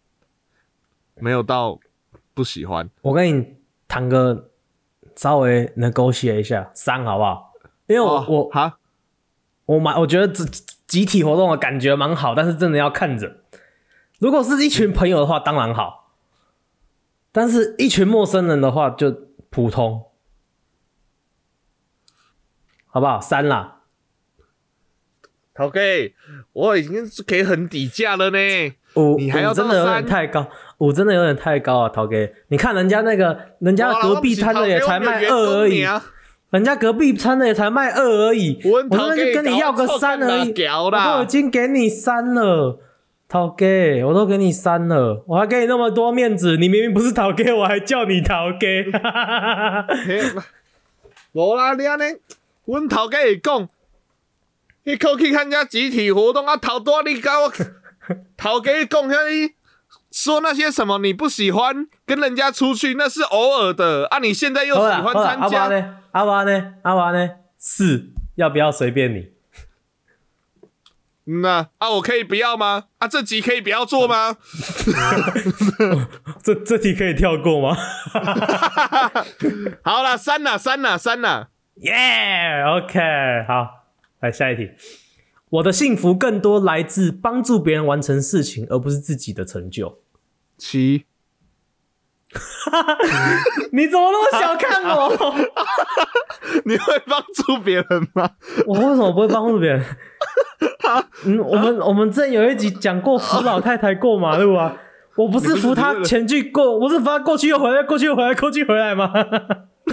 [SPEAKER 1] 没有到不喜欢。
[SPEAKER 2] 我跟你谈个稍微能勾写一下三好不好？因为我、
[SPEAKER 1] 哦
[SPEAKER 2] 我
[SPEAKER 1] 好，
[SPEAKER 2] 我蛮我觉得集集体活动的感觉蛮好，但是真的要看人。如果是一群朋友的话，当然好；但是一群陌生人的话，就普通，好不好？三啦，
[SPEAKER 1] OK，我已经是可以很底价了呢。
[SPEAKER 2] 五
[SPEAKER 1] 你还要
[SPEAKER 2] 五真
[SPEAKER 1] 到
[SPEAKER 2] 的有点
[SPEAKER 1] 三
[SPEAKER 2] 太高，五真的有点太高啊！陶哥，你看人家那个，人家
[SPEAKER 1] 哇
[SPEAKER 2] 隔壁摊的也才卖二而已，人家隔壁摊的也才卖二而已，
[SPEAKER 1] 我
[SPEAKER 2] 我
[SPEAKER 1] 很讨厌
[SPEAKER 2] 这边就跟你要个
[SPEAKER 1] 搞
[SPEAKER 2] 三
[SPEAKER 1] 臭
[SPEAKER 2] 而
[SPEAKER 1] 干
[SPEAKER 2] 已，
[SPEAKER 1] 辣椒
[SPEAKER 2] 我
[SPEAKER 1] 啦
[SPEAKER 2] 都已经给你三了，讨 gay，我都给你删了，我还给你那么多面子，你明明不是讨 gay，我还叫你讨 gay，
[SPEAKER 1] 嘿 无啦，你安尼，阮头家会讲，迄口去参加集体活动啊，头大你甲我 头家讲遐你说那些什么你不喜欢跟人家出去，那是偶尔的啊，你现在又喜
[SPEAKER 2] 好啦
[SPEAKER 1] 欢
[SPEAKER 2] 好啦，
[SPEAKER 1] 参
[SPEAKER 2] 阿娃
[SPEAKER 1] 加，
[SPEAKER 2] 呢？阿娃呢？阿娃呢？是要不要随便你？
[SPEAKER 1] 嗯呐、啊，啊，我可以不要吗？啊，这集可以不要做吗？
[SPEAKER 2] 这这题可以跳过吗？
[SPEAKER 1] 好啦，删啦，删啦，删啦，
[SPEAKER 2] Yeah，OK，、好，来下一题。我的幸福更多来自帮助别人完成事情，而不是自己的成就。
[SPEAKER 1] 七。
[SPEAKER 2] 你怎么那么小看我？
[SPEAKER 1] 你会帮助别人吗？
[SPEAKER 2] 我为什么不会帮助别人？嗯，我们我们之前有一集讲过扶老太太过马路啊，我不是扶她前去过，我是扶她过去又回来，过去又回来，过去又回来吗？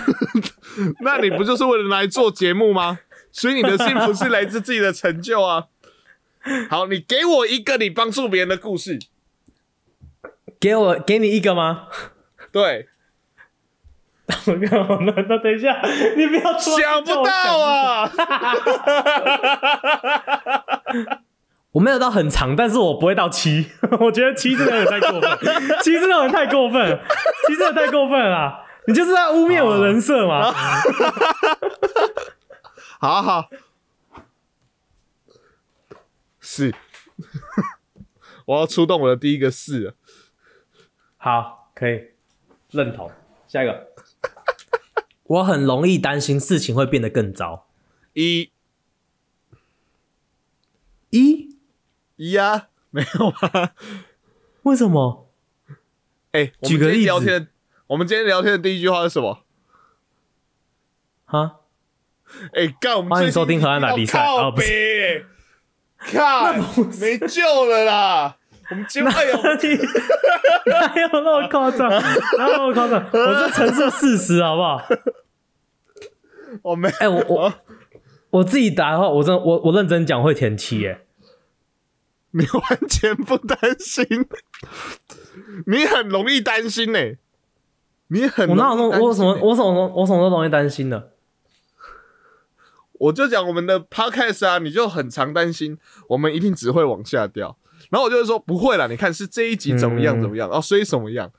[SPEAKER 1] 那你不就是为了来做节目吗？所以你的幸福是来自自己的成就啊。好，你给我一个你帮助别人的故事。
[SPEAKER 2] 给我给你一个吗？
[SPEAKER 1] 对，
[SPEAKER 2] 我看我那那等一下，你不要说
[SPEAKER 1] 想不到！啊，
[SPEAKER 2] 我没有到很长，但是我不会到七。 我觉得七真的有点太过 分，七真的有点太过分，七真的太过分了啦。你就是在污蔑我的人设嘛？
[SPEAKER 1] 好好，是， 我要出动我的第一个是了，
[SPEAKER 2] 好，可以认同。下一个，我很容易担心事情会变得更糟。
[SPEAKER 1] 一
[SPEAKER 2] 一，
[SPEAKER 1] 一呀，没有吗？
[SPEAKER 2] 为什么？
[SPEAKER 1] 哎、我
[SPEAKER 2] 举
[SPEAKER 1] 们今
[SPEAKER 2] 个
[SPEAKER 1] 天
[SPEAKER 2] 例
[SPEAKER 1] 聊
[SPEAKER 2] 子
[SPEAKER 1] 天的，我们今天聊天的第一句话是什么？
[SPEAKER 2] 啊？
[SPEAKER 1] 哎、干！我们
[SPEAKER 2] 欢迎
[SPEAKER 1] 最近
[SPEAKER 2] 收听荷兰打比赛
[SPEAKER 1] 要靠
[SPEAKER 2] 哦不是
[SPEAKER 1] 北， 看没救了啦！我们今哎 呦，
[SPEAKER 2] 哪里哪有那么夸张？哪有那么夸张？我是陈述事实，好不好？
[SPEAKER 1] 我没
[SPEAKER 2] 哎、我我我自己答的话，我真的我我认真讲会填七耶、
[SPEAKER 1] 你完全不担心， 你很容易担心呢、你很
[SPEAKER 2] 我
[SPEAKER 1] 容易
[SPEAKER 2] 哪有那么我
[SPEAKER 1] 担
[SPEAKER 2] 什
[SPEAKER 1] 心
[SPEAKER 2] 么
[SPEAKER 1] 欸
[SPEAKER 2] 我什么我什么都容易担心的？啊
[SPEAKER 1] 我就讲我们的 podcast 啊，你就很常担心我们一定只会往下掉，然后我就会说不会啦，你看是这一集怎么样
[SPEAKER 2] 嗯
[SPEAKER 1] 怎么样，哦，所以怎么样，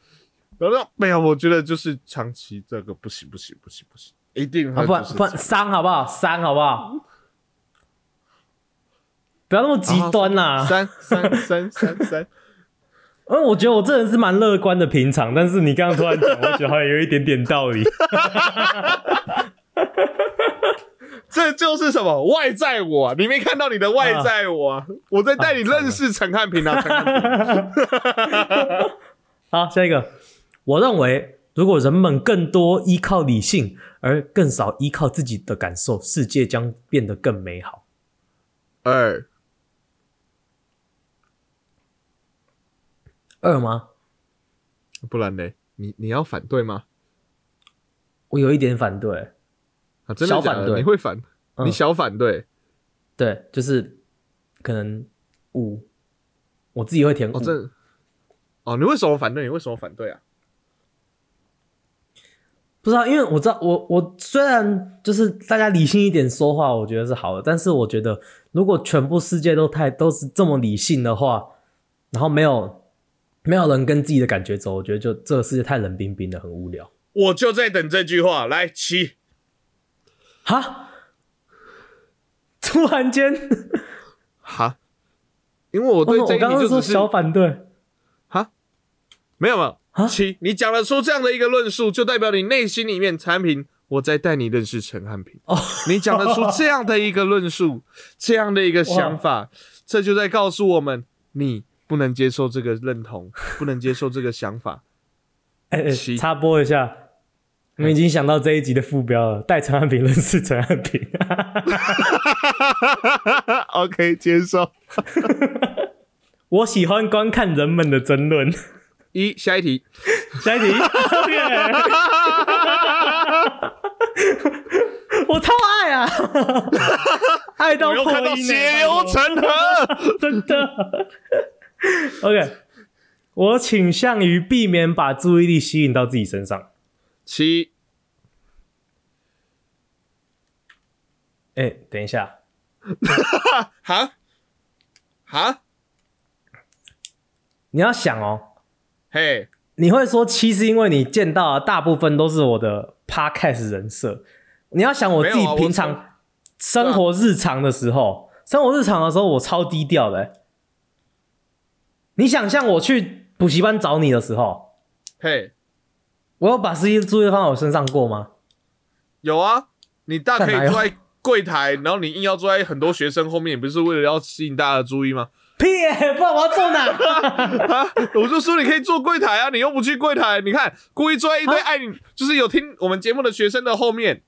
[SPEAKER 1] 然后说没有，我觉得就是长期这个不行不行不行不行，一定
[SPEAKER 2] 啊，
[SPEAKER 1] 会
[SPEAKER 2] 不然
[SPEAKER 1] 就是
[SPEAKER 2] 不然三好不好？三好不好？不要那么极端啦、
[SPEAKER 1] 啊三三三三三，
[SPEAKER 2] 嗯，我觉得我这人是蛮乐观的，平常。但是你刚刚突然讲，我觉得好像有一点点道理。
[SPEAKER 1] 这就是什么外在我啊、你没看到你的外在我啊、我在带你认识陈汉平啊，陈汉平，
[SPEAKER 2] 好，下一个，我认为如果人们更多依靠理性，而更少依靠自己的感受，世界将变得更美好。
[SPEAKER 1] 二
[SPEAKER 2] 二吗？
[SPEAKER 1] 不然呢？你你要反对吗？
[SPEAKER 2] 我有一点反对。
[SPEAKER 1] 啊，真的假
[SPEAKER 2] 小
[SPEAKER 1] 的
[SPEAKER 2] 反对
[SPEAKER 1] 你会反，
[SPEAKER 2] 嗯
[SPEAKER 1] 你小反对，
[SPEAKER 2] 对，就是可能五，我自己会填五、
[SPEAKER 1] 哦，这，哦，你为什么反对？你为什么反对啊？
[SPEAKER 2] 不知道，因为我知道，我我虽然就是大家理性一点说话，我觉得是好的，但是我觉得如果全部世界都太都是这么理性的话，然后没有没有人跟自己的感觉走，我觉得就这个世界太冷冰冰的，很无聊。
[SPEAKER 1] 我就在等这句话来七，
[SPEAKER 2] 哈，突然间，
[SPEAKER 1] 哈，因为我 对
[SPEAKER 2] 我
[SPEAKER 1] 这
[SPEAKER 2] 哦我刚
[SPEAKER 1] 一
[SPEAKER 2] 刚
[SPEAKER 1] 题就
[SPEAKER 2] 说
[SPEAKER 1] 只是
[SPEAKER 2] 小反对，
[SPEAKER 1] 哈，没有没有
[SPEAKER 2] 啊
[SPEAKER 1] 七，你讲得出这样的一个论述，就代表你内心里面产品，我在带你认识陈汉平。
[SPEAKER 2] 哦，
[SPEAKER 1] 你讲得出这样的一个论 述，这样的一个想法，这就在告诉我们，你不能接受这个认 同，不能接受这个想法。
[SPEAKER 2] 哎、哎
[SPEAKER 1] 七
[SPEAKER 2] 插播一下，你们已经想到这一集的副标了，带陈汉平认识陈汉平。
[SPEAKER 1] OK，接受。
[SPEAKER 2] 我喜欢观看人们的争论。
[SPEAKER 1] 一，下一题。
[SPEAKER 2] 下一题， 我超 爱啊，爱到
[SPEAKER 1] 我又
[SPEAKER 2] 破
[SPEAKER 1] 看到
[SPEAKER 2] 音
[SPEAKER 1] 血
[SPEAKER 2] 欸
[SPEAKER 1] 流成河。
[SPEAKER 2] 真的。 OK，我倾向于避免把注意力吸引到自己身上。
[SPEAKER 1] 七，
[SPEAKER 2] 哎、等一下，
[SPEAKER 1] 哈，哈，
[SPEAKER 2] 你要想哦，
[SPEAKER 1] 嘿，
[SPEAKER 2] 你会说七是因为你见到的大部分都是我的 podcast 人设。你要想我自
[SPEAKER 1] 没
[SPEAKER 2] 己
[SPEAKER 1] 有啊我
[SPEAKER 2] 平常生活日常的时候，生活日常的时候我超低调的欸、你想象我去补习班找你的时候，
[SPEAKER 1] 嘿，
[SPEAKER 2] 我有把事情注意力放在我身上过吗？
[SPEAKER 1] 有啊，你大可
[SPEAKER 2] 干哪
[SPEAKER 1] 以
[SPEAKER 2] 有
[SPEAKER 1] 坐在柜台，然后你硬要坐在很多学生后面，你不是为了要吸引大家的注意吗？
[SPEAKER 2] 屁、欸！不然我要坐哪？
[SPEAKER 1] 啊！ 我就说你可以坐柜台啊，你又不去柜台，你看故意坐在一堆
[SPEAKER 2] 啊
[SPEAKER 1] 爱你，就是有听我们节目的学生的后面，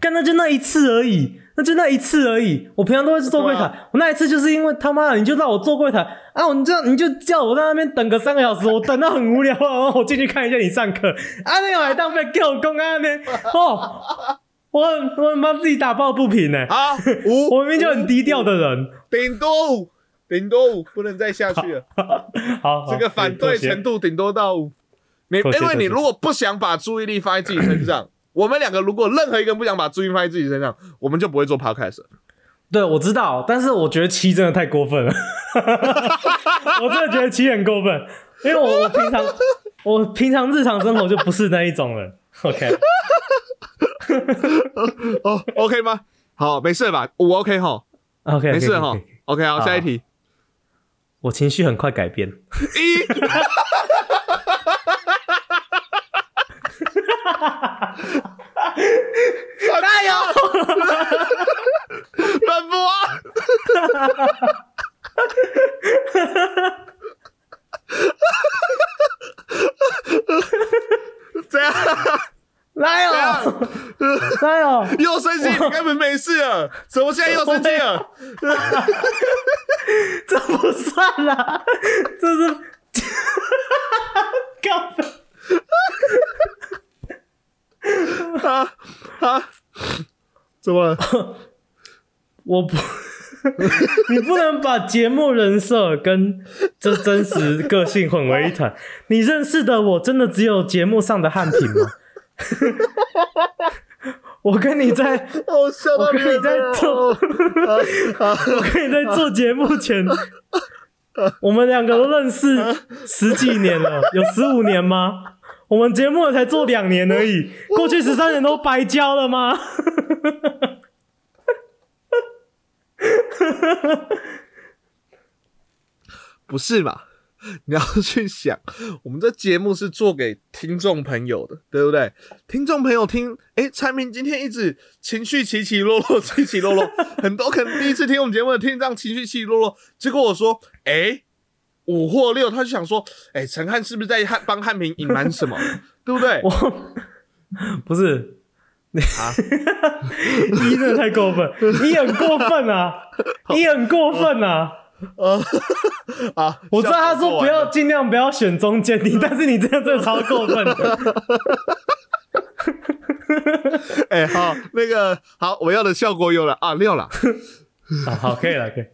[SPEAKER 2] 干，那就那一次而已，那就那一次而已。我平常都会去做柜台，
[SPEAKER 1] 对啊
[SPEAKER 2] 我那一次就是因为他妈的，你就让我做柜台啊，我你就你就叫我在那边等个三个小时，我等到很无聊，然后我进去看一下你上课，啊，那个还当被叫公啊那边哦，我很我很帮自己打抱不平呢、欸
[SPEAKER 1] 好，五，
[SPEAKER 2] 我明明就很低调的人，
[SPEAKER 1] 顶多五，顶多五，不能再下去了。
[SPEAKER 2] 好，好
[SPEAKER 1] 这个反对程，度顶多到五。你因
[SPEAKER 2] 妥协
[SPEAKER 1] 为你
[SPEAKER 2] 妥协
[SPEAKER 1] 如果不想把注意力放在自己身 上，我们两个如果任何一个人不想把注意力放在自己身上，我们就不会做 podcast 了。
[SPEAKER 2] 对我知道，但是我觉得七真的太过分了， 我真的觉得七很过分，因为我我平常我平常日常生活就不是那一种人。OK，
[SPEAKER 1] 哦，OK 吗？好，没事吧？我 OK 哈，
[SPEAKER 2] OK，
[SPEAKER 1] 没事 哈。OK，好，
[SPEAKER 2] 好
[SPEAKER 1] 下一题。
[SPEAKER 2] 我情绪很快改变，
[SPEAKER 1] 一。加油！反驳啊！怎样？
[SPEAKER 2] 来
[SPEAKER 1] 啊
[SPEAKER 2] 哦，来哦，
[SPEAKER 1] 又生气？你根本没事了，怎么现在又生气了？
[SPEAKER 2] 这不算啦，这是 高分。
[SPEAKER 1] 啊啊！怎么了？
[SPEAKER 2] 我不，你不能把节目人设跟这真实个性混为一谈。你认识的我真的只有节目上的汉平吗？ 我跟你在，
[SPEAKER 1] 我笑到
[SPEAKER 2] 我跟你在做
[SPEAKER 1] 啊啊！
[SPEAKER 2] 我跟你在做节目前，我们两个都认识十几年了，有十五年吗？我们节目才做两年而已，过去十三年都白交了吗？
[SPEAKER 1] 不是嘛？ 你要去想，我们这节目是做给听众朋友的，对不对？听众朋友听，诶，产品今天一直情绪起起落落，起起落落， 很多可能第一次听我们节目的听这样情绪起起落落，结果我说，诶，五或六，他就想说，诶，陈汉是不是在汉帮汉平隐瞒什么， 对不对？
[SPEAKER 2] 我 啊不是 你啊，一真的太过分，一很过分啊，一很过分啊！
[SPEAKER 1] 呃，啊，
[SPEAKER 2] 我知道他说不
[SPEAKER 1] 笑死我
[SPEAKER 2] 要
[SPEAKER 1] 了，
[SPEAKER 2] 尽量不要选中 间你，但是你这样真的超过分的。
[SPEAKER 1] 诶，好，那个好，我要的效果有了啊，六了，
[SPEAKER 2] 啊， 好，可以了，可以，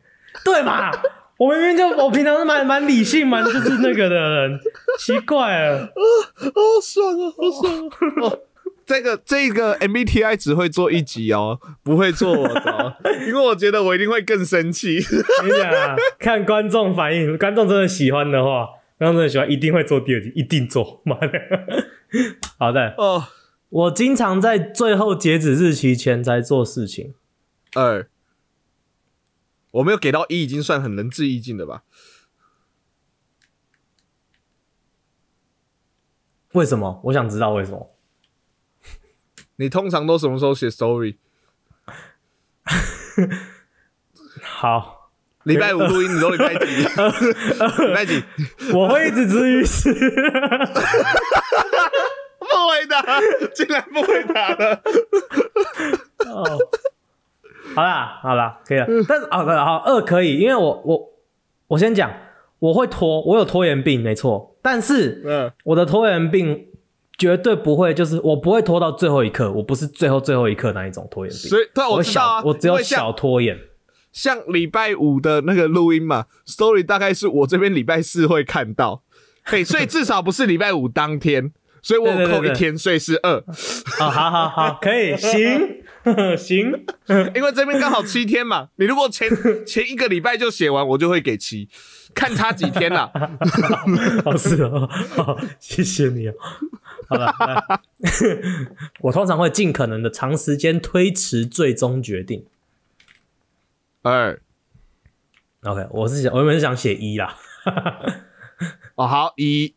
[SPEAKER 2] 对嘛？我明明就我平常是蛮蛮理性 蛮就是那个的人，奇怪了，
[SPEAKER 1] 好爽啊，好爽啊！ 哦、这个这个 MBTI 只会做一集哦，不会做我的 哦、因为我觉得我一定会更生气。
[SPEAKER 2] 你讲啊，看观众反应，观众真的喜欢的话，观众真的喜欢一定会做第二集，一定做，妈的， 好的。
[SPEAKER 1] 哦，
[SPEAKER 2] 我经常在最后截止日期前才做事情。
[SPEAKER 1] 二，我没有给到一，已经算很仁至义尽的吧？
[SPEAKER 2] 为什么？我想知道为什么。
[SPEAKER 1] 你通常都什么时候写 story？
[SPEAKER 2] 好，
[SPEAKER 1] 礼拜五录音，你都礼拜 几？礼拜几？
[SPEAKER 2] 我会一直至于是，
[SPEAKER 1] 不回答，竟然不回答 了。
[SPEAKER 2] 哦，好啦，好啦，可以了。但是好的，好二可以，因为我我我先讲，我会拖，我有拖延病，没错。但是
[SPEAKER 1] 嗯，
[SPEAKER 2] 我的拖延病绝对不会，就是我不会拖到最后一刻，我不是最后最后一刻那一种拖延病。
[SPEAKER 1] 所以对啊，
[SPEAKER 2] 我
[SPEAKER 1] 我
[SPEAKER 2] 会
[SPEAKER 1] 知道
[SPEAKER 2] 小
[SPEAKER 1] 啊，，
[SPEAKER 2] 我只有
[SPEAKER 1] 因为像
[SPEAKER 2] 小拖延。
[SPEAKER 1] 像礼拜五的那个录音嘛，story 大概是我这边礼拜四会看到， 嘿，所以至少不是礼拜五当天，所以我
[SPEAKER 2] 对对对
[SPEAKER 1] 扣一
[SPEAKER 2] 对
[SPEAKER 1] 天，所以是 二，
[SPEAKER 2] 好哦好好好，可以，行行，
[SPEAKER 1] 因为这边刚好七天 嘛。你如果前前一个礼拜就写完，我就会给七，看差几天啦。
[SPEAKER 2] 好是哦，好，谢谢你哦。好了，来 我通常会尽可能的长时间推迟最终决定。
[SPEAKER 1] 二
[SPEAKER 2] OK，我是想，我原本是想写一啦。
[SPEAKER 1] 哦，好一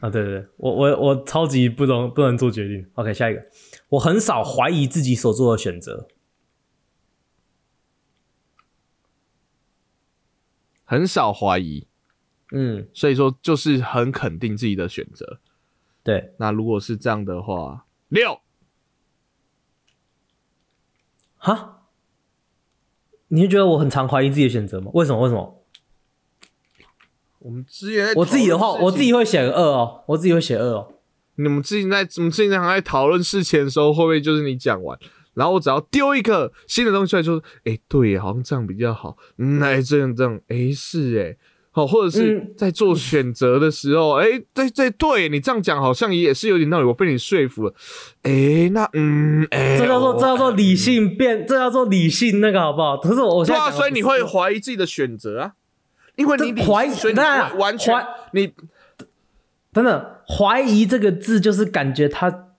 [SPEAKER 2] 啊，对对对，我我我超级不能不能做决定。OK，下一个，我很少怀疑自己所做的选择。
[SPEAKER 1] 很少怀疑，
[SPEAKER 2] 嗯，
[SPEAKER 1] 所以说就是很肯定自己的选择。
[SPEAKER 2] 对，
[SPEAKER 1] 那如果是这样的话，六
[SPEAKER 2] 哈，你是觉得我很常怀疑自己的选择吗？为什么？为什么？
[SPEAKER 1] 我们之前在
[SPEAKER 2] 我自己的话，
[SPEAKER 1] 讨论事情
[SPEAKER 2] 我自己会写个二哦，我自己会写二哦。
[SPEAKER 1] 你们之前在你们之前还在讨论事情的时候，会不会就是你讲完，然后我只要丢一个新的东西出来，就说，哎、对耶，好像这样比较好，嗯，哎、这样这样，哎、是哎，好，或者是
[SPEAKER 2] 嗯
[SPEAKER 1] 在做选择的时候，哎、对对对，你这样讲好像也是有点道理，我被你说服了，哎、那嗯，哎、
[SPEAKER 2] 这叫做
[SPEAKER 1] 哦
[SPEAKER 2] 这叫做理性辩，这叫做理性那个好不好？可是我我现
[SPEAKER 1] 对
[SPEAKER 2] 在
[SPEAKER 1] 啊，
[SPEAKER 2] 讲的
[SPEAKER 1] 所以
[SPEAKER 2] 不
[SPEAKER 1] 你
[SPEAKER 2] 是
[SPEAKER 1] 会怀疑自己的选择啊，因为你
[SPEAKER 2] 这怀疑
[SPEAKER 1] 所以你
[SPEAKER 2] 那
[SPEAKER 1] 不会完全
[SPEAKER 2] 怀
[SPEAKER 1] 你
[SPEAKER 2] 真的怀疑这个字，就是感觉他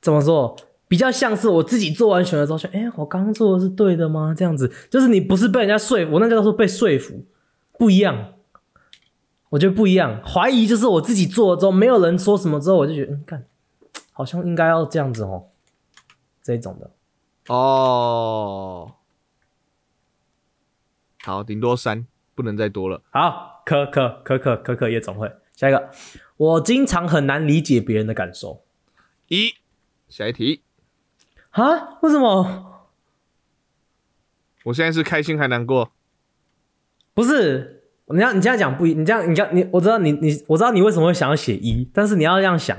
[SPEAKER 2] 怎么说，比较像是我自己做完选择之后，说，哎、我刚刚做的是对的吗？这样子，就是你不是被人家说服，那叫做被说服，不一样。我觉得不一样，怀疑就是我自己做了之后，没有人说什么之后，我就觉得，嗯，干，好像应该要这样子哦，这一种的。
[SPEAKER 1] 哦，好，顶多三，不能再多了。
[SPEAKER 2] 好，可可可可可可夜总会，下一个，我经常很难理解别人的感受
[SPEAKER 1] 一，下一题。
[SPEAKER 2] 啊？为什么？
[SPEAKER 1] 我现在是开心还难过？
[SPEAKER 2] 不是，你要你这样讲不一，你这样你这样你，我知道你你我知道你为什么会想要写一，但是你要这样想，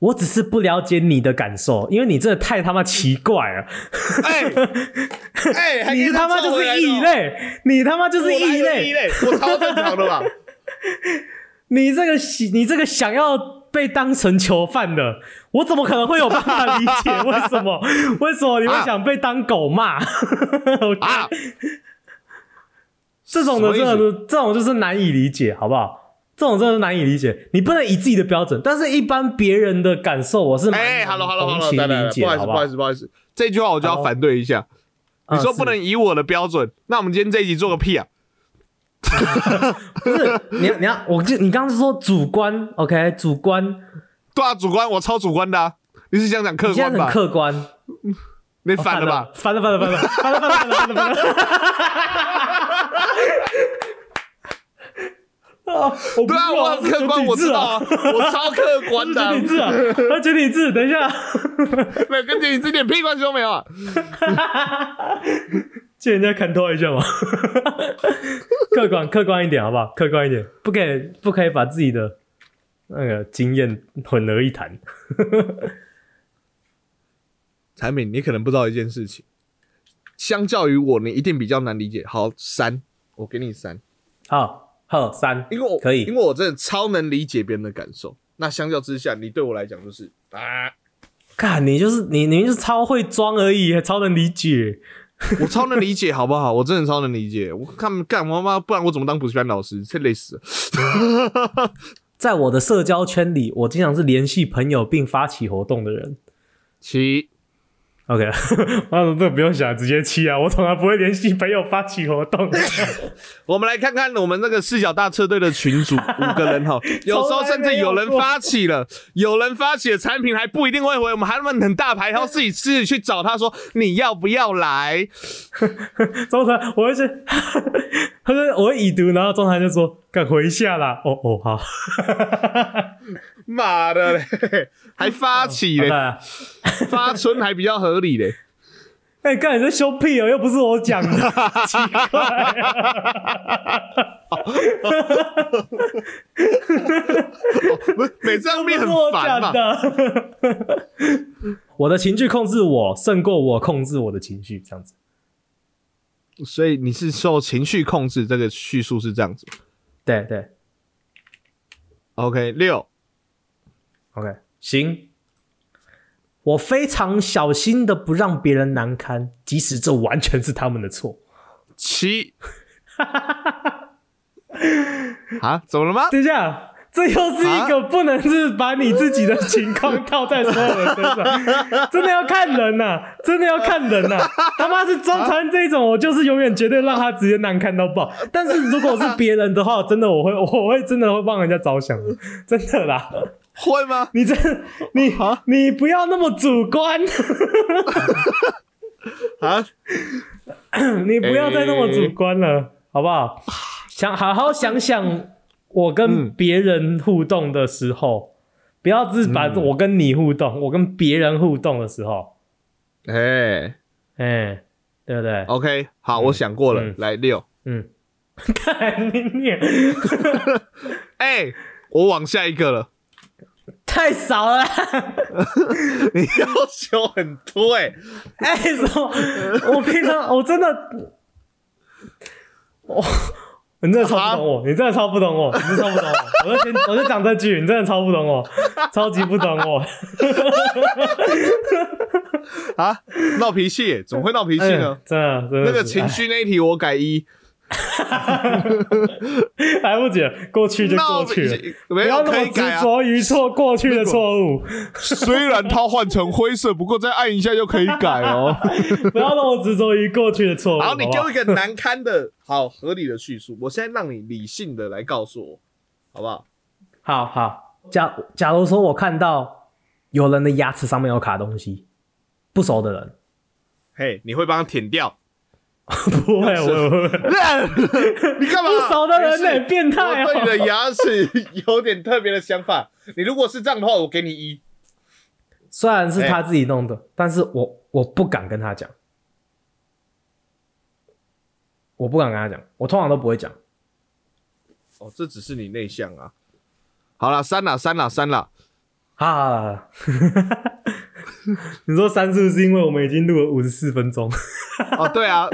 [SPEAKER 2] 我只是不了解你的感受，因为你真的太他妈奇怪了，
[SPEAKER 1] 哎哎，还给
[SPEAKER 2] 你他妈
[SPEAKER 1] 凑
[SPEAKER 2] 就
[SPEAKER 1] 回来
[SPEAKER 2] 是
[SPEAKER 1] 了哦
[SPEAKER 2] 异，类，你他妈就是
[SPEAKER 1] 我哪
[SPEAKER 2] 异
[SPEAKER 1] 有
[SPEAKER 2] 类
[SPEAKER 1] 异，类，我超正常的 吧？
[SPEAKER 2] 你这个喜你这个想要被当成囚犯的，我怎么可能会有办法理 解为什么为什么你会
[SPEAKER 1] 啊
[SPEAKER 2] 想被当狗骂？ 我
[SPEAKER 1] 啊，
[SPEAKER 2] 这
[SPEAKER 1] 什
[SPEAKER 2] 种的真
[SPEAKER 1] 么意思
[SPEAKER 2] 的是这种就是难以理解，好不好？这种真的是难以理解，你不能以自己的标准，但是一般别人的感受，我是蛮
[SPEAKER 1] 哎，hello hello
[SPEAKER 2] 同
[SPEAKER 1] hello，
[SPEAKER 2] 情
[SPEAKER 1] 来来
[SPEAKER 2] 理
[SPEAKER 1] 来，
[SPEAKER 2] 解，
[SPEAKER 1] 不好意思
[SPEAKER 2] 好
[SPEAKER 1] 不
[SPEAKER 2] 好
[SPEAKER 1] 好意思不好意思，这句话我就要
[SPEAKER 2] 好
[SPEAKER 1] 反对一下。你说不能以我的标准，那我们今天这一集做个屁啊？
[SPEAKER 2] 不是你要你要，我就你刚刚是说主观，OK，主观，
[SPEAKER 1] 对啊，主观我超主观的啊，你是想讲客
[SPEAKER 2] 你现
[SPEAKER 1] 观
[SPEAKER 2] 在很
[SPEAKER 1] 吧？
[SPEAKER 2] 客观，
[SPEAKER 1] 你
[SPEAKER 2] 哦
[SPEAKER 1] 反了吧？
[SPEAKER 2] 翻了翻了翻了翻了翻了翻了翻了翻了翻了。啊！我不
[SPEAKER 1] 对啊，
[SPEAKER 2] 知道
[SPEAKER 1] 我很客观，我知道啊，我超客观的啊
[SPEAKER 2] 他。是字啊，他简体字，等一下，
[SPEAKER 1] 没有跟你这点屁关系都没有啊。
[SPEAKER 2] 借人家砍头一下嘛。 客观客观一点好不好？客观一点，不可以不可以把自己的那个经验混为一谈。
[SPEAKER 1] 产品，你可能不知道一件事情，相较于我，你一定比较难理解。好，三，我给你三，
[SPEAKER 2] 好，好三，
[SPEAKER 1] 因为我
[SPEAKER 2] 可以
[SPEAKER 1] 因为我真的超能理解别人的感受。那相较之下，你对我来讲就是啊，
[SPEAKER 2] 看你就是你，你就是超会装而已，还超能理解。
[SPEAKER 1] 我超能理解，好不好？我真的超能理解。我看干我妈，不然我怎么当补习班老师？这累死了。
[SPEAKER 2] 在我的社交圈里，我经常是联系朋友并发起活动的人。
[SPEAKER 1] 七，
[SPEAKER 2] OK，妈 的，这个不用想，直接七啊！我从来不会联系朋友发起活动。
[SPEAKER 1] 我们来看看我们那个视角大车队的群 主五个人哈，有时候甚至有人发起了，有人发起的产品还不一定会回，我们还那么很大牌，然后自己自己去找他说你要不要来？
[SPEAKER 2] 中场我会是， 他说我会已读，然后中场就说赶回一下啦。哦哦好，
[SPEAKER 1] 妈的嘞， 还发起
[SPEAKER 2] 对
[SPEAKER 1] 嘞，
[SPEAKER 2] 啊，
[SPEAKER 1] 发春还比较合理嘞。
[SPEAKER 2] 哎、干你在凶屁哦，又不是我 讲的，奇怪、
[SPEAKER 1] 不是每次要面
[SPEAKER 2] 又
[SPEAKER 1] 很
[SPEAKER 2] 不是我
[SPEAKER 1] 烦
[SPEAKER 2] 讲
[SPEAKER 1] 嘛？
[SPEAKER 2] 的。 我的情绪控制我，胜过我控制我的情绪，这样子。
[SPEAKER 1] 所以你是受情绪控制，这个叙述是这样子。
[SPEAKER 2] 对对
[SPEAKER 1] OK，六，
[SPEAKER 2] ，OK，行。我非常小心的不让别人难堪，即使这完全是他们的错。
[SPEAKER 1] 七，啊，怎么了吗？
[SPEAKER 2] 等一下，这又是一个不能是把你自己的情况套在所有人身 上，真的要看人呐、真的要看人呐、他妈是中传这种，我就是永远绝对让他直接难看到爆。但是如果是别人的话，真的我会我会真的会帮人家着想的，真的啦。
[SPEAKER 1] 会吗？
[SPEAKER 2] 你真你
[SPEAKER 1] 啊
[SPEAKER 2] 你不要那么主观，
[SPEAKER 1] 啊，
[SPEAKER 2] 你不要再那么主观了，好不好？想好好想想，我跟
[SPEAKER 1] 嗯
[SPEAKER 2] 别人互动的时候，不要只把我跟你互动，我跟别人互动的时候，
[SPEAKER 1] 哎、
[SPEAKER 2] 哎、对不对？
[SPEAKER 1] o k 好，我想过了，
[SPEAKER 2] 嗯
[SPEAKER 1] 来六，
[SPEAKER 2] 嗯， 看你念
[SPEAKER 1] 哎、我往下一个了，
[SPEAKER 2] 太少了啦，
[SPEAKER 1] 你要求很多哎、
[SPEAKER 2] 哎、什么？我平常我真的，我。你真的超不懂我，你真的超不懂我，你真的超不懂我，我就先我就讲这句，你真的超不懂我，超级不懂我。
[SPEAKER 1] 啊，闹脾气、欸，怎么会闹脾气呢
[SPEAKER 2] 哎？真的，真的
[SPEAKER 1] 那个
[SPEAKER 2] 是
[SPEAKER 1] 情绪那一题我改一，
[SPEAKER 2] 哎来不及了，过去哎就
[SPEAKER 1] 闹
[SPEAKER 2] 过
[SPEAKER 1] 脾
[SPEAKER 2] 去了，
[SPEAKER 1] 气
[SPEAKER 2] 不
[SPEAKER 1] 没
[SPEAKER 2] 要
[SPEAKER 1] 有
[SPEAKER 2] 那
[SPEAKER 1] 可
[SPEAKER 2] 么
[SPEAKER 1] 以改
[SPEAKER 2] 执
[SPEAKER 1] 啊。
[SPEAKER 2] 着于错过去的错误，
[SPEAKER 1] 虽然它换成灰色，不过再按一下就可以改 哦。
[SPEAKER 2] 不要那么执着于过去的错误。
[SPEAKER 1] 好，你
[SPEAKER 2] 好不
[SPEAKER 1] 给
[SPEAKER 2] 好
[SPEAKER 1] 我一个难堪的、好合理的叙述。我现在让你理性的来告诉我，好不好？
[SPEAKER 2] 好好，假假如说我看到有人的牙齿上面有卡东西，不熟的人，
[SPEAKER 1] 嘿，你会帮他舔 掉？
[SPEAKER 2] 不会，我我我
[SPEAKER 1] 你干嘛？
[SPEAKER 2] 不熟的人呢、哎
[SPEAKER 1] 没事
[SPEAKER 2] 变态
[SPEAKER 1] 我对你
[SPEAKER 2] 哦、
[SPEAKER 1] 的牙齿有点特别的想法。你如果是这样的话，我给你一。
[SPEAKER 2] 虽然是他自己弄的，但是我我不敢跟他讲，我不敢跟他讲，我通常都不会讲。
[SPEAKER 1] 哦，这只是你内向啊。好了，删了，删了，删了。
[SPEAKER 2] 啊， 你说三是不是因为我们已经录了五十四分钟？
[SPEAKER 1] 哦，对 啊，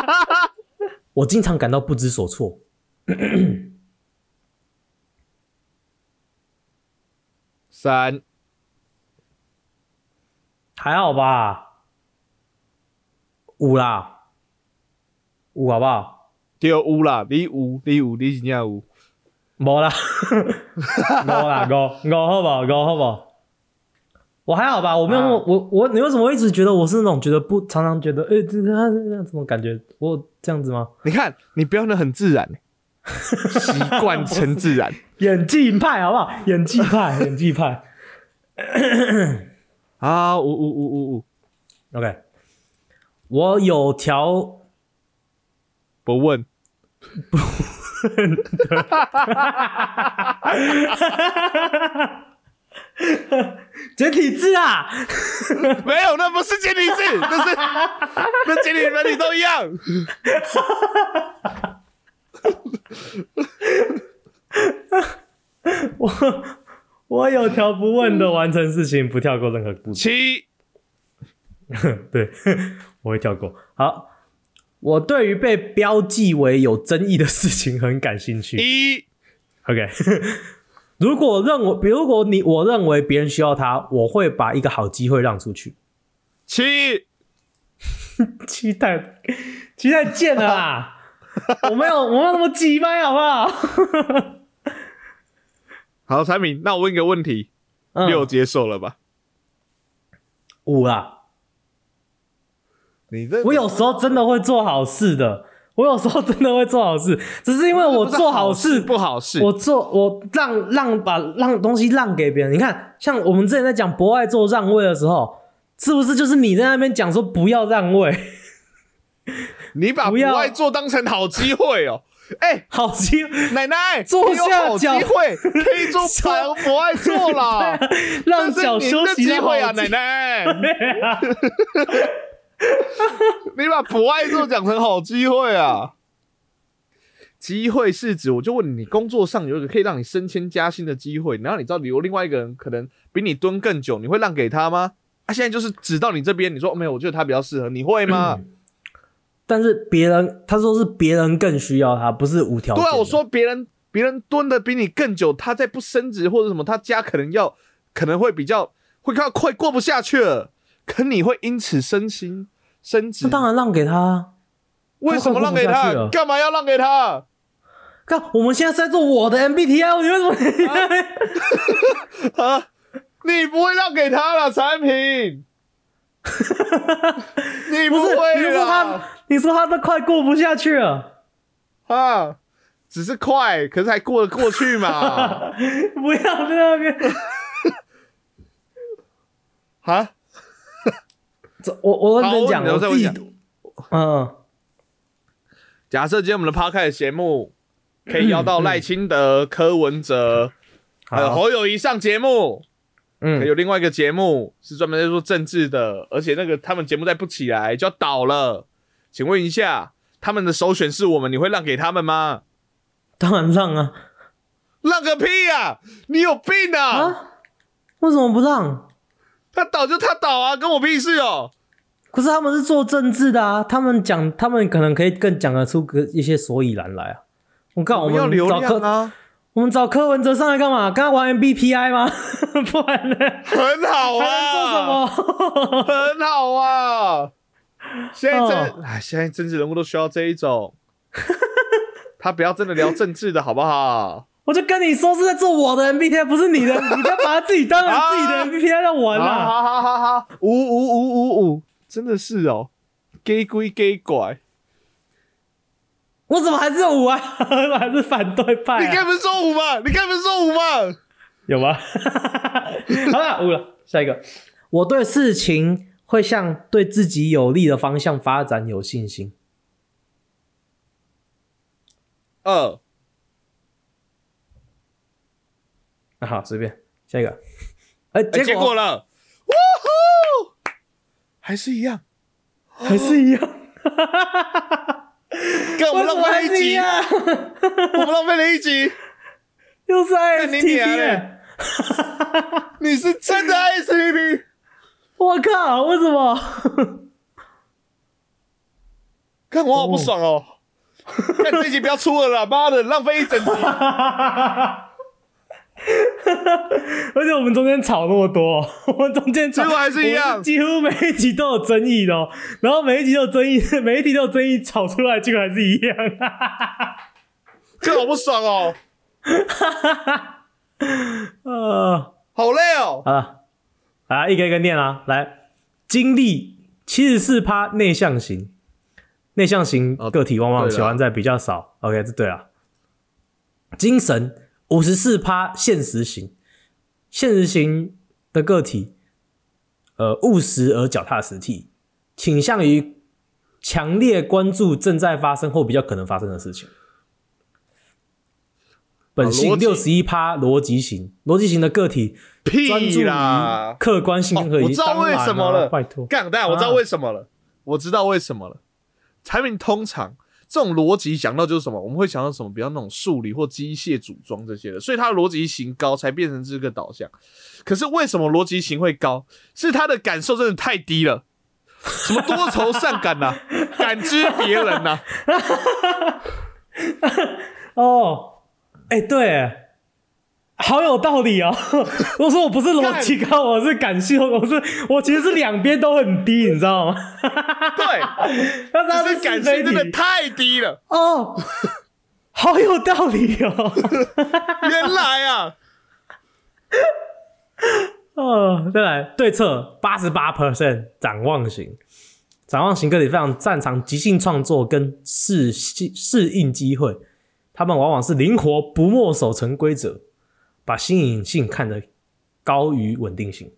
[SPEAKER 2] 我经常感到不知所措。
[SPEAKER 1] 三
[SPEAKER 2] 还好吧，五啦，五好不好？
[SPEAKER 1] 丢五啦，你五，你五，你几样五？
[SPEAKER 2] 没啦， 没啦，五五好不好？五好不好？我还好吧，我没有那么、
[SPEAKER 1] 啊
[SPEAKER 2] 我我你为什么会一直觉得我是那种觉得不常常觉得哎、这个啊这个怎么感觉我有这样子吗？
[SPEAKER 1] 你看，你标的很自然、习惯成自然。
[SPEAKER 2] 演技派好不好？演技 派，演技派。
[SPEAKER 1] 啊，五五五五五，
[SPEAKER 2] OK，我有条
[SPEAKER 1] 不问。
[SPEAKER 2] 简体字 啊！
[SPEAKER 1] 没有，那不是简体字，那 是那简体繁体都一样。
[SPEAKER 2] 我有条不紊的完成事情，不跳过任何步骤。
[SPEAKER 1] 七
[SPEAKER 2] 对， 我会跳过。好，我对于被标记为有争议的事情很感兴趣。
[SPEAKER 1] 一
[SPEAKER 2] OK，如果认为，比如果你我认为别人需要它，我会把一个好机会让出去。
[SPEAKER 1] 七，
[SPEAKER 2] 期待，期待见了啊啦！ 我没有，我没有那么急掰，好不好？
[SPEAKER 1] 好，产品，那我问一个问题，
[SPEAKER 2] 嗯
[SPEAKER 1] 六接受了吧？
[SPEAKER 2] 五啦。
[SPEAKER 1] 你这
[SPEAKER 2] 我有时候真的会做好事的，我有时候真的会做好事，只是因为我做好事，
[SPEAKER 1] 不好事？
[SPEAKER 2] 我做我让让把让东西让给别人。你看，像我们之前在讲博爱做让位的时候，是不是就是你在那边讲说不要让位，
[SPEAKER 1] 你把
[SPEAKER 2] 不
[SPEAKER 1] 不
[SPEAKER 2] 要
[SPEAKER 1] 爱做当成好机会哦。哎，
[SPEAKER 2] 好心
[SPEAKER 1] 奶奶，
[SPEAKER 2] 坐
[SPEAKER 1] 你有
[SPEAKER 2] 下
[SPEAKER 1] 好机
[SPEAKER 2] 脚
[SPEAKER 1] 会可以做
[SPEAKER 2] 说
[SPEAKER 1] 不爱做 啦，
[SPEAKER 2] 让
[SPEAKER 1] 这是
[SPEAKER 2] 脚
[SPEAKER 1] 您
[SPEAKER 2] 休
[SPEAKER 1] 的
[SPEAKER 2] 息
[SPEAKER 1] 机
[SPEAKER 2] 的好啊
[SPEAKER 1] 会啊，
[SPEAKER 2] 机
[SPEAKER 1] 奶奶。你把不爱做讲成好机会啊！机会是指，我就问你，工作上有一个可以让你升迁加薪的机会，然后你知道有另外一个人可能比你蹲更久，你会让给他吗？啊，现在就是指到你这边，你说、哦没有，我觉得他比较适合，你会吗？
[SPEAKER 2] 但是别人他说是别人更需要他，不是无条件
[SPEAKER 1] 对
[SPEAKER 2] 的。
[SPEAKER 1] 啊，我说别人别人蹲的比你更久，他再不升职或者什么，他家可能要可能会比较会快快过不下去了，可你会因此升薪升职
[SPEAKER 2] 那，当然让给他啊。
[SPEAKER 1] 为什么让给
[SPEAKER 2] 他快过不下去
[SPEAKER 1] 他？
[SPEAKER 2] 了
[SPEAKER 1] 干嘛要让给他？
[SPEAKER 2] 看，我们现在是在做我的 MBTI，你为什么？
[SPEAKER 1] 啊，你不会让给他了，产 品。你
[SPEAKER 2] 不是
[SPEAKER 1] 会啊
[SPEAKER 2] 你说他
[SPEAKER 1] 啦，
[SPEAKER 2] 你说他都快过不下去了，
[SPEAKER 1] 啊，只是快，可是还过得过去 嘛？
[SPEAKER 2] 不要在那边。
[SPEAKER 1] 啊，
[SPEAKER 2] 这我我认真讲，
[SPEAKER 1] 好我
[SPEAKER 2] 我
[SPEAKER 1] 再
[SPEAKER 2] 自己
[SPEAKER 1] 我
[SPEAKER 2] 嗯，
[SPEAKER 1] 假设今天我们的 p o d c a s 节目可以邀到赖清德、柯文哲，还有
[SPEAKER 2] 好
[SPEAKER 1] 侯友谊上节目，
[SPEAKER 2] 嗯
[SPEAKER 1] 有另外一个节目是专门在做政治的，而且那个他们节目再不起来就要倒了。请问一下，他们的首选是我们，你会让给他们吗？
[SPEAKER 2] 当然让啊
[SPEAKER 1] 让个屁呀、你有病啊！
[SPEAKER 2] 啊，为什么不让？
[SPEAKER 1] 他倒就他倒啊，跟我屁事哦。
[SPEAKER 2] 可是他们是做政治的啊，他们讲，他们可能可以更讲得出个一些所以然来啊。我告诉
[SPEAKER 1] 们要
[SPEAKER 2] 们
[SPEAKER 1] 流
[SPEAKER 2] 找
[SPEAKER 1] 量
[SPEAKER 2] 柯，
[SPEAKER 1] 啊，
[SPEAKER 2] 我们找柯文哲上来干嘛？跟他玩 MBPI 吗？ 不然呢？
[SPEAKER 1] 很好啊，
[SPEAKER 2] 还能做什么？
[SPEAKER 1] 很好啊。现在
[SPEAKER 2] 哦
[SPEAKER 1] 政哎，现在政治人物都需要这一种，他不要真的聊政治的好不好？
[SPEAKER 2] 我就跟你说是在做我的 MBTI，不是你的， 你不要把自己当成自己
[SPEAKER 1] 啊
[SPEAKER 2] 的 MBTI 在玩
[SPEAKER 1] 好
[SPEAKER 2] 啦、
[SPEAKER 1] 好好好好，五五五五五，真的是哦，gay 归 gay 拐，
[SPEAKER 2] 我怎么还是五啊？ 我还是反对派、
[SPEAKER 1] 你该
[SPEAKER 2] 啊？
[SPEAKER 1] 不是说五吧？你该不是说五吧？
[SPEAKER 2] 有吗？ 好了，五了，下一个。我对事情会向对自己有利的方向发展有信心。
[SPEAKER 1] 二
[SPEAKER 2] 呃那好，随便下一个。哎、
[SPEAKER 1] 哎结
[SPEAKER 2] 结
[SPEAKER 1] 果
[SPEAKER 2] 果
[SPEAKER 1] 了，呜呼，还是一样。
[SPEAKER 2] 还是一样，
[SPEAKER 1] 干，我们
[SPEAKER 2] 为什
[SPEAKER 1] 浪
[SPEAKER 2] 么还
[SPEAKER 1] 费了一
[SPEAKER 2] 是一
[SPEAKER 1] 集，
[SPEAKER 2] 样？
[SPEAKER 1] 我们浪费了一集。
[SPEAKER 2] 又是
[SPEAKER 1] 干你娘
[SPEAKER 2] ISTP，、
[SPEAKER 1] 嘞
[SPEAKER 2] 欸、
[SPEAKER 1] 你是真的 ISTP，
[SPEAKER 2] 我靠，为什么？
[SPEAKER 1] 看我好不爽哦！看这集不要出了啦，妈的，浪费一整 集。
[SPEAKER 2] 而且我们中间吵那么多， 我们中间吵
[SPEAKER 1] 结果还是一样
[SPEAKER 2] 我们几乎每一集都有争议的、哦，然后每一集都有争议，每一集都有争议，吵出来结果还是一样。
[SPEAKER 1] 看好不爽 哦，
[SPEAKER 2] 呃，
[SPEAKER 1] 好累哦。
[SPEAKER 2] 好了，来一个一个念啊，来，精力七十四趴内向型，内向型
[SPEAKER 1] 哦
[SPEAKER 2] 个体往往
[SPEAKER 1] 对啦
[SPEAKER 2] 喜欢在比较少、o k 这对啊。精神五十四趴现实型，现实型的个体，呃，务实而脚踏实地，倾向于强烈关注正在发生或比较可能发生的事情。本性
[SPEAKER 1] 啊
[SPEAKER 2] 六
[SPEAKER 1] 逻
[SPEAKER 2] 十一趴逻辑型，逻辑型的个体专注
[SPEAKER 1] 屁
[SPEAKER 2] 于
[SPEAKER 1] 啦！
[SPEAKER 2] 客观性
[SPEAKER 1] 哦
[SPEAKER 2] 跟合理、
[SPEAKER 1] 我知道
[SPEAKER 2] 当然
[SPEAKER 1] 为
[SPEAKER 2] 啊
[SPEAKER 1] 什么了，
[SPEAKER 2] 拜托，
[SPEAKER 1] 干蛋，我知道
[SPEAKER 2] 啊
[SPEAKER 1] 为什么了，我知道为什么了。产品通常这种逻辑想到就是什么，我们会想到什么，比较那种数理或机械组装这些的，所以它的逻辑型高才变成这个导向。可是为什么逻辑型会高？是他的感受真的太低了。什么多愁善感呐、啊感知别人啊呐、
[SPEAKER 2] 哦，哎、对，好有道理哦。 我说我不是逻辑高，我是感性，我是我其实是两边都很低，你知道吗？
[SPEAKER 1] 对，
[SPEAKER 2] 但是他
[SPEAKER 1] 这
[SPEAKER 2] 是
[SPEAKER 1] 是感
[SPEAKER 2] 性
[SPEAKER 1] 性真的太低了。
[SPEAKER 2] 哦， 好有道理哦。
[SPEAKER 1] 原来啊，
[SPEAKER 2] 哦，再来对策八十八 percent 展望型，展望型个体非常擅长即兴创作跟适性适应机会，他们往往是灵活不墨守成规者，把新颖性看得高于稳定 性。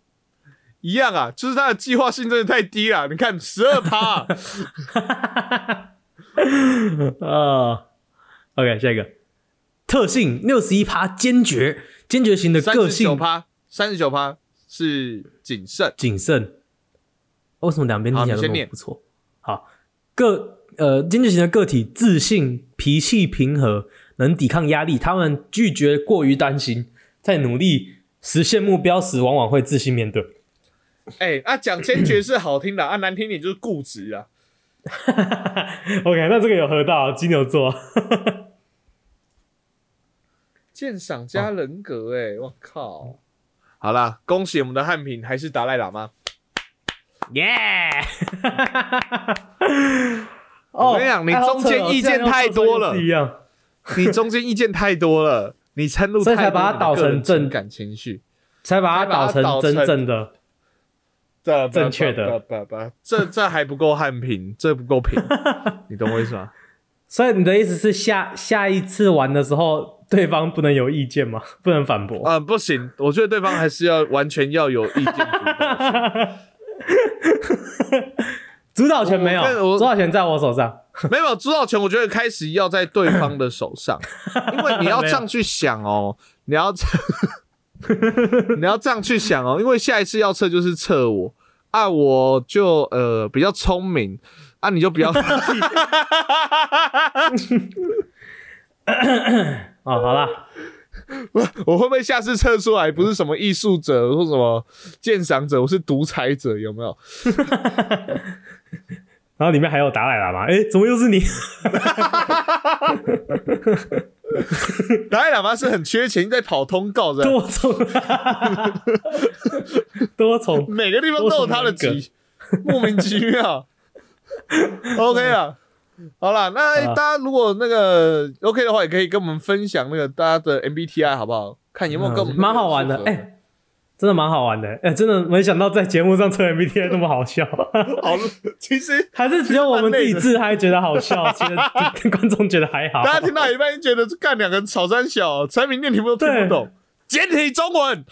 [SPEAKER 1] 一样啊，就是他的计划性真的太低了。你看十二趴，啊
[SPEAKER 2] 呃，OK，下一个特性六十一趴坚决，坚决型的
[SPEAKER 1] 三
[SPEAKER 2] 个
[SPEAKER 1] 十九
[SPEAKER 2] 性
[SPEAKER 1] 趴，三十九趴是谨慎，
[SPEAKER 2] 谨慎。哦为什么两边听起来
[SPEAKER 1] 好你先
[SPEAKER 2] 都那么
[SPEAKER 1] 念
[SPEAKER 2] 不错？好，个呃，坚决型的个体自信、脾气平和，能抵抗压力，他们拒绝过于担心，在努力实现目标时，往往会自信面对。
[SPEAKER 1] 哎、啊，讲坚决是好听的，啊，难听点就是固执啊。
[SPEAKER 2] OK，那这个有合到金牛座，
[SPEAKER 1] 鉴赏加人格、欸，哎、我靠！好啦，恭喜我们的汉平还是达赖喇嘛。
[SPEAKER 2] 耶、
[SPEAKER 1] 我跟你讲你
[SPEAKER 2] 哎好
[SPEAKER 1] 中
[SPEAKER 2] 扯哦
[SPEAKER 1] 间意
[SPEAKER 2] 这样
[SPEAKER 1] 见
[SPEAKER 2] 要做
[SPEAKER 1] 太
[SPEAKER 2] 出
[SPEAKER 1] 多
[SPEAKER 2] 来
[SPEAKER 1] 了
[SPEAKER 2] 是一样。
[SPEAKER 1] 你中间意见太多了，你掺入
[SPEAKER 2] 所以才
[SPEAKER 1] 太多
[SPEAKER 2] 把它
[SPEAKER 1] 你的
[SPEAKER 2] 导
[SPEAKER 1] 个人
[SPEAKER 2] 成正
[SPEAKER 1] 情感情绪，
[SPEAKER 2] 才把
[SPEAKER 1] 才
[SPEAKER 2] 它
[SPEAKER 1] 把
[SPEAKER 2] 导
[SPEAKER 1] 它
[SPEAKER 2] 成
[SPEAKER 1] 导
[SPEAKER 2] 真
[SPEAKER 1] 成
[SPEAKER 2] 正的。
[SPEAKER 1] 这
[SPEAKER 2] 正确
[SPEAKER 1] 不
[SPEAKER 2] 的
[SPEAKER 1] 不不，不这这还不够汉平，这不够平，你懂我意思吗？
[SPEAKER 2] 所以你的意思是下下一次玩的时候，对方不能有意见吗？ 不能反驳？
[SPEAKER 1] 啊、不行，我觉得对方还是要完全要有意见主导。
[SPEAKER 2] 主导权没有
[SPEAKER 1] 我跟我，
[SPEAKER 2] 主导权在我手上。
[SPEAKER 1] 没有主导权，我觉得开始要在对方的手上，因为你要这样去想哦，你要这你要这样 去想哦，因为下一次要测就是测我啊，我就呃比较聪明啊，你就不要
[SPEAKER 2] 哦，好啦，
[SPEAKER 1] 我会不会下次测出来不是什么艺术者或什么鉴赏者，我是独裁者，有没有？
[SPEAKER 2] 然后里面还有达赖喇嘛，哎、怎么又 是你？
[SPEAKER 1] 达赖喇嘛是很缺钱，在跑通告的，
[SPEAKER 2] 多重，啊 多重，
[SPEAKER 1] 每个地方都有他的
[SPEAKER 2] 多
[SPEAKER 1] 集，莫名其 妙。OK 啊，好啦，那哎
[SPEAKER 2] 啊
[SPEAKER 1] 大家如果那个 OK 的话，也可以跟我们分享那个大家的 MBTI 好不好？看有没有跟我们
[SPEAKER 2] 蛮好玩的，哎、真的蛮好玩的，哎、真的没想到在节目上测 MBTI 那么 好笑，
[SPEAKER 1] 好，其实
[SPEAKER 2] 还是只有我们自己自嗨觉得好 笑，其实观众觉得还好。
[SPEAKER 1] 大家听到一半觉得干两个人吵三小，产品念题目都听不懂，简体中文。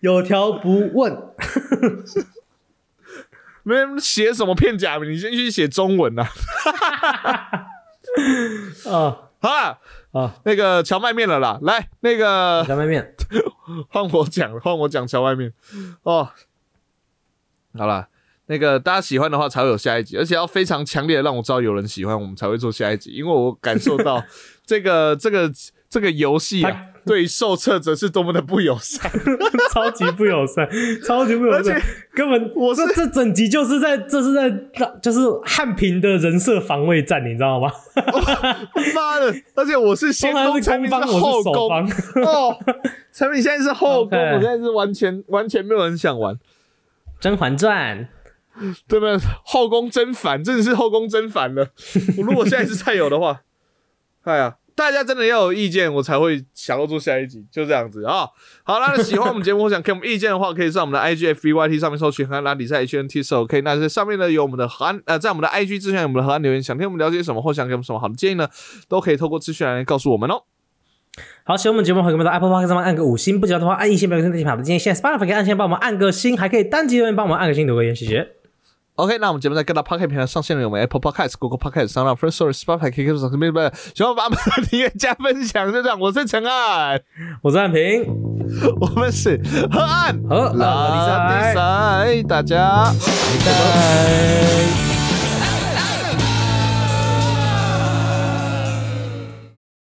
[SPEAKER 2] 有条不 紊，
[SPEAKER 1] 没人写什么片假名，你先去写中文啊。
[SPEAKER 2] 啊
[SPEAKER 1] 好啦，
[SPEAKER 2] 啊，
[SPEAKER 1] 那个荞麦面了啦，来，那个
[SPEAKER 2] 小妹面，
[SPEAKER 1] 换我讲，换我讲荞麦面
[SPEAKER 2] 嗯
[SPEAKER 1] 哦。好啦，那个大家喜欢的话才会有下一集，而且要非常强烈的让我知道有人喜欢，我们才会做下一集，因为我感受 到这个这个这个游戏啊
[SPEAKER 2] 他，
[SPEAKER 1] 对于受测者是多么的不友 善。
[SPEAKER 2] 超级不友善，超级不友
[SPEAKER 1] 而
[SPEAKER 2] 善
[SPEAKER 1] 且，
[SPEAKER 2] 根本
[SPEAKER 1] 我是
[SPEAKER 2] 这这整集就是在这是在就是汉平的人设防卫战，你知道吗？
[SPEAKER 1] 妈的！而且我是先
[SPEAKER 2] 通常
[SPEAKER 1] 攻，
[SPEAKER 2] 是
[SPEAKER 1] 产
[SPEAKER 2] 攻
[SPEAKER 1] 品
[SPEAKER 2] 方，我
[SPEAKER 1] 后
[SPEAKER 2] 是守
[SPEAKER 1] 攻。
[SPEAKER 2] 方。
[SPEAKER 1] 哦，产品现在是后攻
[SPEAKER 2] OK
[SPEAKER 1] 我现在是完全完全没有人想玩。
[SPEAKER 2] 《甄嬛传
[SPEAKER 1] 对不对？后宫真烦，真的是后宫真烦了。我如果下一次再有的话，哎呀，大家真的要有意见，我才会想要做下一集，就这样子啊、好啦，那喜欢我们节目，或想给我们意见的话，可以上我们的 IG F B Y T 上面搜寻“韩拉比赛 H N T 是 OK”。那在上面呢有我们的韩呃，在我们的 IG 资讯栏有我们的韩留言，想听我们聊些什么，或想给我们什么好的建议呢，都可以透过资讯来告诉我们哦。》。
[SPEAKER 2] 好，喜欢我们节目的朋友们到 Apple Podcast 上面按个五星，不喜欢的话按一星，不要跟地方的。今天现在 Spotify 可以按星帮我们按个星，还可以单击留言帮我们按个星留个言，谢谢。
[SPEAKER 1] OK，那我们节目在各大 Podcast 平台上线了，有我们 Apple Podcast、Google Podcast、s o u n d First Story、Spotify、KK 上面的，喜欢把我们的订阅加分享，就这样，我是陈爱。
[SPEAKER 2] 我是汉平，
[SPEAKER 1] 我们是河岸
[SPEAKER 2] 和
[SPEAKER 1] 拉
[SPEAKER 2] 拉
[SPEAKER 1] 比
[SPEAKER 2] 比赛。
[SPEAKER 1] 赛，大家拜拜。